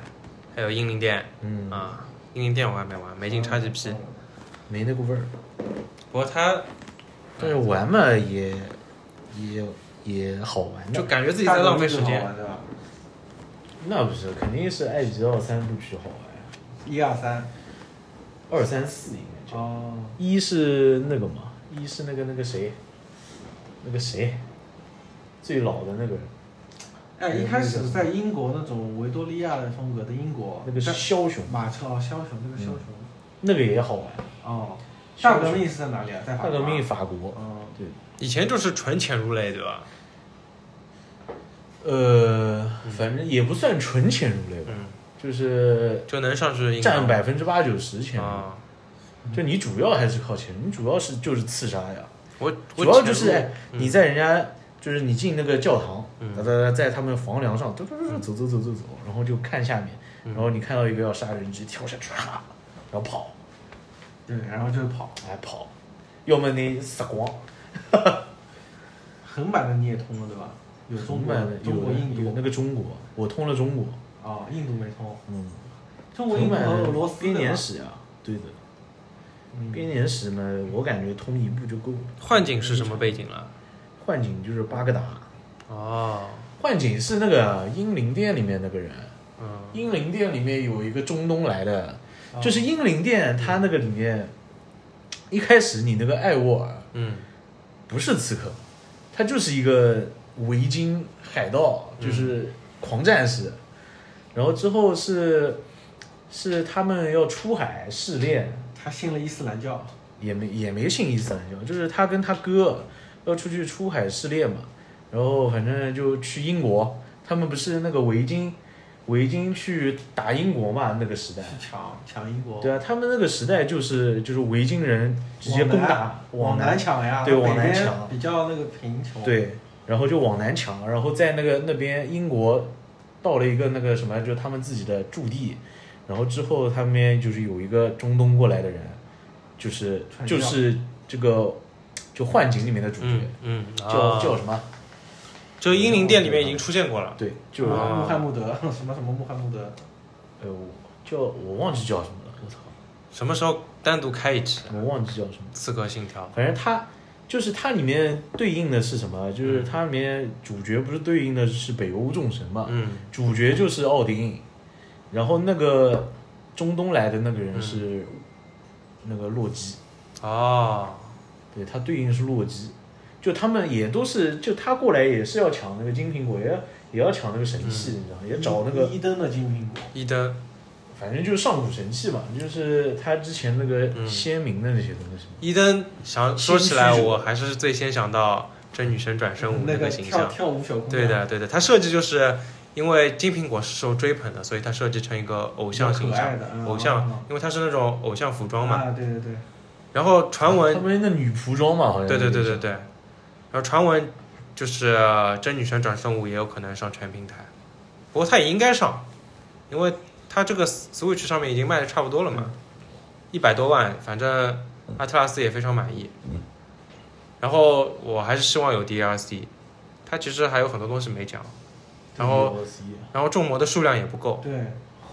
A: 还有英灵殿
D: 嗯，
A: 啊，英灵殿我还没玩，没
D: 啊
A: 进 XGP，
D: 没那个味儿。
A: 不过他
D: 但是玩嘛也也也好玩的，
A: 就感觉自己在浪费时
B: 大
A: 间，
B: 哥最好玩的
D: 那不是肯定是埃及奥三部曲好玩，
B: 一二三。
D: 二三四应该就。
B: 哦。
D: 一是那个嘛，一是那个那个谁，那个谁，最老的那个人，
B: 哎，一开始在英国那种维多利亚的风格的英国，
D: 那个是
B: 但
D: 枭雄，
B: 马车哦，枭雄，这
A: 嗯
B: 个枭雄。
D: 那个也好玩。
B: 哦，大革命是在哪里啊？在法
D: 大
B: 国。
D: 革命。法国，
B: 嗯，
D: 对，
A: 以前就是纯潜入类，对吧？
D: 呃，反正也不算纯潜入类吧，
A: 嗯，
D: 就是
A: 就能上去硬
D: 占
A: 扛
D: 百分之八九十潜入，
A: 啊，
D: 就你主要还是靠潜入，你主要是就是刺杀呀，
A: 我我
D: 主要就
A: 潜
D: 是
A: 入
D: 哎
B: 嗯
D: 你在人家就是你进那个教堂，
A: 嗯
D: 哒哒哒，在他们房梁上走走走走走走走走，然后就看下面，
A: 嗯
D: 然后你看到一个要杀的人，你直接跳下去，唰然后跑，
B: 对，然后就是跑，
D: 哎跑，要么你死光，
B: 横版的你也通了对吧？有中国
D: 版的，
B: 中
D: 有
B: 国、
D: 的
B: 印
D: 有
B: 度
D: 那个中国，我通了中国，
B: 啊，印度没通，
D: 嗯，
B: 中国、印度
D: 版
B: 和
D: 的
B: 俄罗斯
D: 编
B: 对吧
D: 年？史啊，对的，
B: 嗯
D: 编年史嘛，我感觉通一部就够了。
A: 幻境是什么背景了？
D: 幻景就是巴格达，
A: 哦，
D: 幻景是那个英灵殿里面那个人。
A: 嗯
D: 英灵殿里面有一个中东来的，
B: 哦
D: 就是英灵殿它那个里面，一开始你那个艾沃尔
A: 嗯
D: 不是刺客，他就是一个维京海盗，就是狂战士。然后之后是是他们要出海试炼，
B: 他信了伊斯兰教，
D: 也没也没信伊斯兰教，就是他跟他哥要出去出海试炼嘛，然后反正就去英国，他们不是那个维京维京去打英国嘛，那个时代
B: 去。抢抢英国，
D: 对啊，他们那个时代就是就是维京人直接攻打
B: 往
D: 南
B: 南抢呀，
D: 对
B: 北
D: 往南
B: 边
D: 抢
B: 比较那个贫穷，，
D: 对，然后就往南抢，啊然后在那个那边英国到了一个那个什么，就他们自己的驻地，然后之后他们就是有一个中东过来的人，就是
B: 传教
D: 就是这个就幻景里面的主角，
A: 嗯嗯，
D: 叫、叫什么？
A: 就英灵殿里面已经出现过了，
D: 对，
B: 就
D: 就、
B: 是
A: 啊
B: 穆罕默德 什么什么穆罕默德，
D: 呃我叫我忘记叫什么了，我操，
A: 什么时候单独开一期《
D: 我忘记叫什么。
A: 刺客信条》？
D: 反正它就是它里面对应的是什么？
A: 嗯
D: 就是它里面主角不是对应的是北欧众神
B: 啊
D: 嘛？
A: 嗯
D: 主角就是奥丁，然后那个中东来的那个人
A: 嗯
D: 是那个洛基，
A: 哦，
D: 对，他对应是洛基。就他们也都是，就他过来也是要抢那个金苹果，也要也要抢那个神
A: 嗯
D: 器，你知道吗？也找那个，
B: 伊登的金苹果，
A: 伊登
D: 反正就是上古神器嘛，就是他之前那个
A: 嗯
D: 先民的那些东西嘛。
A: 伊登想说起来，
D: 先驱者
A: 我还是最先想到真女神转生舞
B: 那
A: 那
B: 个
A: 个形
B: 跳
A: 象。
B: 跳舞小姑娘，
A: 对的，对的，它设计就是因为金苹果是受追捧的，所以它设计成一个偶
B: 比
A: 像
B: 较可
A: 形象
B: 爱，的，嗯
A: 偶
B: 嗯
A: 像，因为它是那种偶像服装嘛。
B: 啊，对对对，
A: 然后传
D: 他
A: 闻，
D: 们那女仆装嘛，好像
A: 对对对
D: 是
A: 对对，然后传闻就是呃真女神转生舞也有可能上全平台，不过它也应该上，因为它这个 Switch 上面已经卖的差不多了嘛，一百多万，反正
D: 嗯
A: 阿特拉斯也非常满意。然后我还是希望有 DLC，它其实还有很多东西没讲，然后
D: 洛基
A: 然后众魔的数量也不够。
B: 对，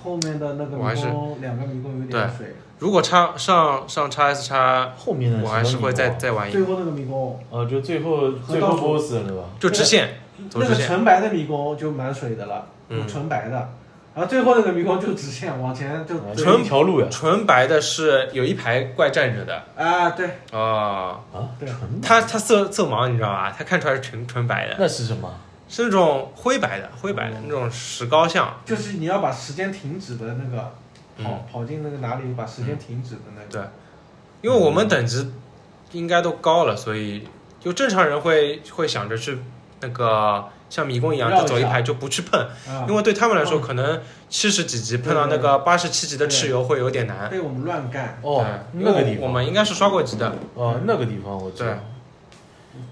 B: 后面的那个
A: 哦我还
B: 迷
A: 是
B: 宫，两个迷宫有点水，
A: 如果插上上叉 S 叉，
D: 后面的
A: 我还是会再
D: 嗯什么
A: 再玩一
B: 最
A: 遍，
B: 后那个迷宫，
D: 哦，就最后最后 BOSS 了对吧？
A: 就支线，走
B: 那
A: 直
B: 个
A: 线。
B: 纯白的迷宫就蛮水的了，
A: 嗯
B: 有纯白的，然后最后那个迷宫就直线往前就
D: 啊
A: 纯
D: 就一条路呀
A: 纯白的是有一排怪站着的
B: 啊，对，
A: 啊，
D: 啊，
B: 对
D: 纯
A: 他他色色盲你知道吧？他看出来是纯纯白的，
D: 那是什么？
A: 是那种灰白的灰白的那种石膏像，
B: 就是你要把时间停止的那个。跑
A: 嗯
B: 跑进那个哪里，把时间停止的那个。
A: 对，因为我们等级应该都高了，所以就正常人会会想着去那个像迷宫一样
B: 绕一
A: 就走一
B: 下
A: 排就不去碰，
B: 啊，
A: 因为对他们来说
B: 嗯
A: 可能七十几级碰到那
B: 对对
A: 个八十七级的
B: 对
A: 蚩尤会有点难。
B: 被我们乱干，
D: 哦，
A: 对
D: 那个
A: 因
D: 地
A: 为我
D: 方，
A: 们应该是刷过级的，
D: 哦，那个地方我知道。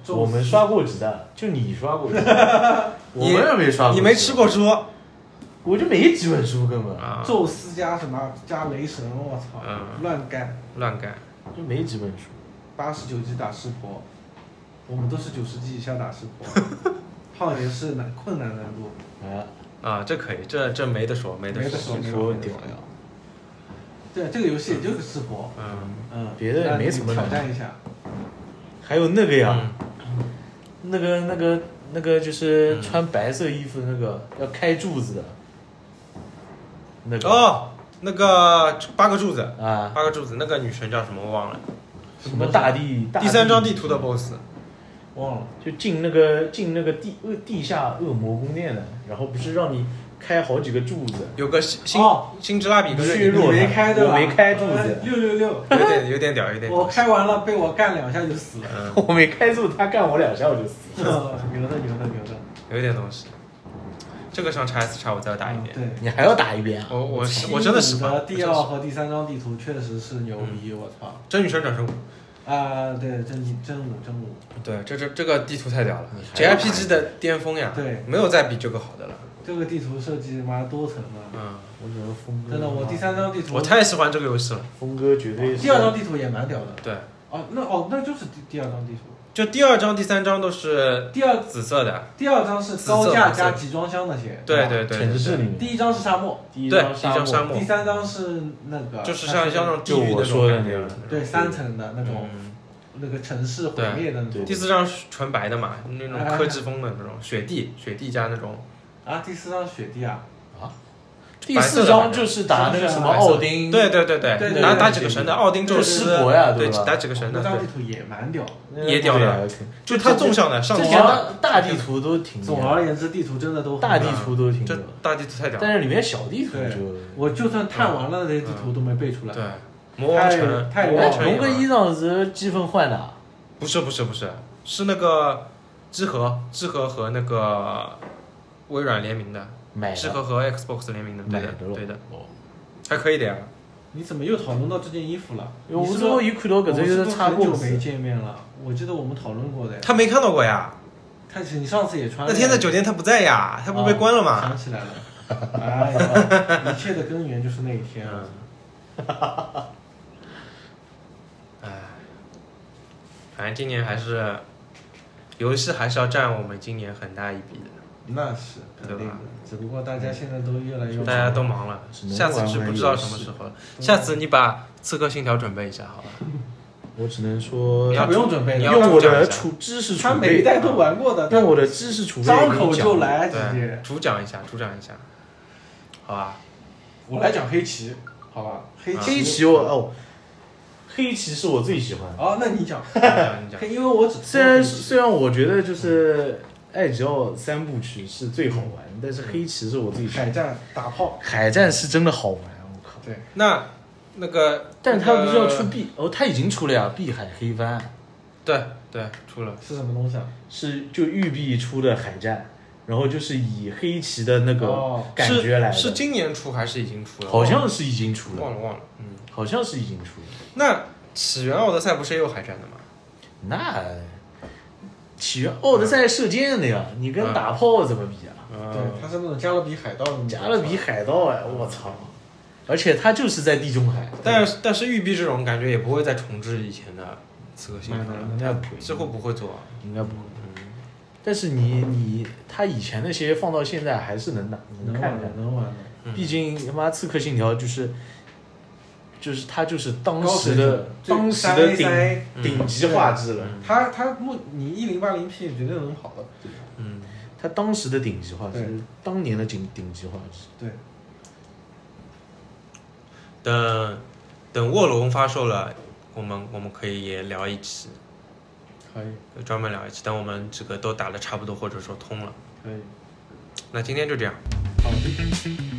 B: 对
D: 我们刷过几蛋，就你刷过几蛋， 我
A: 你
D: 们也啊没刷过，
A: 你没吃，过猪
D: 我就没几本书，根本
A: 啊？
B: 宙斯加什么加雷神，我操，
A: 嗯
B: 乱干，
A: 乱干，
D: 就没几本书。
B: 八十九级打湿婆，我们都是九十级以下打湿 婆，浩爷是难困难难度，
D: 哎，
A: 啊，这可以，这这没得说，没得
B: 没得
A: 说。
B: 说，没得
D: 说
B: 说没得
D: 屌
B: 说。对，这个游戏也就是湿婆，
A: 嗯，
B: 嗯，
D: 别的也没什么
B: 挑
D: 难度
B: 战一下，
D: 还有那个呀，
A: 嗯
D: 那个那个那个
A: 嗯
D: 就是穿白色衣服的那个要开柱子的，那个
A: 哦，那个八个柱子，
D: 啊，
A: 八个柱子，那个女神叫什么我忘了。
D: 什么大地，大
A: 第三张地图的 BOSS，
B: 忘了，
D: 就进那个进那个地恶地下恶魔宫殿的，然后不是让你开好几个柱子，
A: 有个星星
B: 哦
A: 星之拉比跟
D: 虚
A: 瑞典
B: 你
D: 弱
B: 没开对吧？
D: 我没开柱子
B: 哎六六六，
A: 有点有点屌，有点
B: 我
A: 屌。
B: 开完了被我干两下就 死了，
A: 嗯，
D: 我没开住，他干我两下我就死
B: 牛
D: 了。
B: 的牛的牛的，
A: 有点东西。这个上叉 S 叉我再打一遍。
B: 对。
D: 你还要打一遍啊？
A: 我我
B: 七
A: 我真的
B: 五
A: 喜欢
B: 嗯的
A: 我真
B: 第
A: 的
B: 二
A: 喜欢
B: 和第三张地图确实是牛逼，我操！
A: 真女神转生五。
B: 啊，对，真一真五真五，
A: 对，这这这个地图太屌了
D: 还要
A: ，JRPG 的巅峰呀，
B: 对
A: 没有再比这个好的了。
B: 这个地图设计妈多层啊！
A: 嗯，
D: 我觉得峰哥
B: 真的，我第三张地图，
A: 我太喜欢这个游戏了。
D: 峰哥绝对是
B: 第二张地图也蛮屌的。
A: 对，
B: 哦，那哦，那就是第第二张地图，
A: 就第二章、第三章都是
B: 第二
A: 紫色的。第
B: 第二张是高
A: 紫色
B: 架
A: 的
B: 加集装箱那些，
A: 对对对
D: 城市里面
B: 第一张是沙漠，
D: 第一
A: 对
D: 张
A: 第一张沙漠
B: 第三张是那个，
A: 嗯就是像
B: 它
A: 像那种地
D: 就
A: 狱
D: 我
A: 那种
D: 说的
A: 感觉
D: 那
A: 的
D: 种
B: 对三层的那
A: 那
B: 种
A: 嗯
B: 那个城市毁灭的那
D: 对
B: 种
A: 第四张是纯白的嘛，那种
B: 哎
A: 科技风的那种雪地，雪地加那种
B: 啊，第四张雪地啊，
D: 啊，第四章就是打那个什么奥丁，
A: 对对对
B: 对
A: 对，
B: 对
A: 打
B: 对
A: 打
B: 对
A: 几个
B: 对
A: 神的，奥丁宙斯
D: 这是国呀
A: 对
D: 对吧，
A: 打几个神的，
B: 哦那张地
A: 对，
B: 图也蛮屌的。
A: 也屌的
D: 对，
A: 就他纵向的上
D: 这
A: 天
D: 好
A: 的，
D: 像大地图都
A: 嗯
D: 挺
B: 总而言之，地图真的都很
D: 大地
B: 屌
D: 图都挺
A: 这
D: 多，
A: 大地图太屌了，
D: 但是里面小地图
B: 对
D: 就
B: 我就算看完了那些地图都没背出来。
A: 嗯对，魔王城，
B: 太太
A: 魔
B: 我
A: 王
D: 哎，
A: 城
D: 龙
A: 也
D: 哥
A: 玩
D: 一档子积分换的啊，
A: 不是不是不是，是那个知和知和和那个微软联名的，
D: 买
A: 知
D: 的
A: 和和 Xbox 联名的，
D: 买
A: 对的
D: 了，
A: 对的，，
D: 哦
A: 还可以的呀。
B: 你怎么又讨论到这件衣服了？
D: 因为
B: 你
D: 我
B: 是
D: 最后
B: 说
D: 一看到搿
B: 我
D: 只
B: 是
D: 有
B: 不是
D: 差
B: 很久
D: 过
B: 没见面了，我记得我们讨论过的呀。
A: 他没看到过呀，
B: 但是你上次也穿了
A: 那
B: 呀
A: 天在酒店他不在呀，他不
D: 哦
A: 被关了吗？
B: 想 起来了，哎呀，一切的根源就是那一天
A: 嗯
B: 啊！
A: 哎，反正今年还是游戏还是要占我们今年很大一笔的，
B: 那是肯定
A: 对
B: 的
A: 吧，嗯
B: 只不过大家现在都越来越忙
A: 大家都忙了，
D: 哎只能
A: 下次是不知道什么时候了。
D: 嗯
A: 下次你把《刺客信条》准备一下好吧？
D: 我只能说
A: 你要
B: 不用准备
A: 你
B: 了，
A: 要
D: 用我
A: 这样
D: 的
A: 讲
D: 储知识储备，
B: 他每一代都玩过的，
D: 用我的知识储备
B: 张口就
D: 来。
B: 来直
A: 对
B: 接，。
A: 主讲一下，主讲一下，好吧？
B: 我来讲黑棋，好吧？黑棋，
D: 嗯黑棋我哦，黑棋是我最喜欢的。
B: 哦，那你讲，
A: 你讲你讲，
B: 因为我只
D: 虽然虽然我觉得就是艾吉奥三部曲是最好玩，但是黑棋是我最喜欢
B: 海
D: 的。
B: 战哎打炮，
D: 海战是真的好玩，我靠！
B: 对，
A: 那那个，
D: 但他不是要
A: 那个
D: 出碧哦，他已经出了呀，碧海黑帆
A: 对对，出了。
B: 是什么东西啊？
D: 是就育碧出的海战，然后就是以黑棋的那个
B: 哦
D: 感觉来的，
A: 是是今年出还是已经出了？
D: 好像是已经出了，
A: 忘了忘了。嗯，
D: 好像是已经出了。
A: 那起源奥德赛不是也有海战的吗？
D: 那起源奥德赛射箭的呀，你跟
A: 嗯
D: 打炮怎么比啊？
B: 对，它是那种加勒比海盗的那种，
D: 加勒比海盗哎，我操！而且它就是在地中海，
A: 但是但是育碧这种感觉也不会再重置以前的刺客信条
B: 蛮
A: 了，
D: 应该不会，
A: 之后不会做。啊
D: 应该不会。
A: 嗯，
D: 但是你你他以前那些放到现在还是能打，
B: 能
D: 看
B: 玩
D: 一下
B: 的，。能玩的。
A: 嗯
D: 毕竟他妈《刺客信条》就是就是他就是当
B: 高
D: 时
B: 水
D: 的
B: 准
D: 当时
B: 这
D: 的
B: 塞
D: 顶
B: 塞
A: 嗯
D: 顶级画质了，
A: 嗯
B: 它它目你一零八零 P 绝对能跑的，
A: 嗯，
D: 他当时的顶级画质
B: 对，
D: 当年的顶顶级画质。
B: 对，
A: 等等卧龙发售了，我们我们可以也聊一期，
B: 可以
A: 专门聊一期。等我们这个都打的差不多，或者说通了，
B: 可以，
A: 那今天就这样。
B: 好。
A: 拜拜。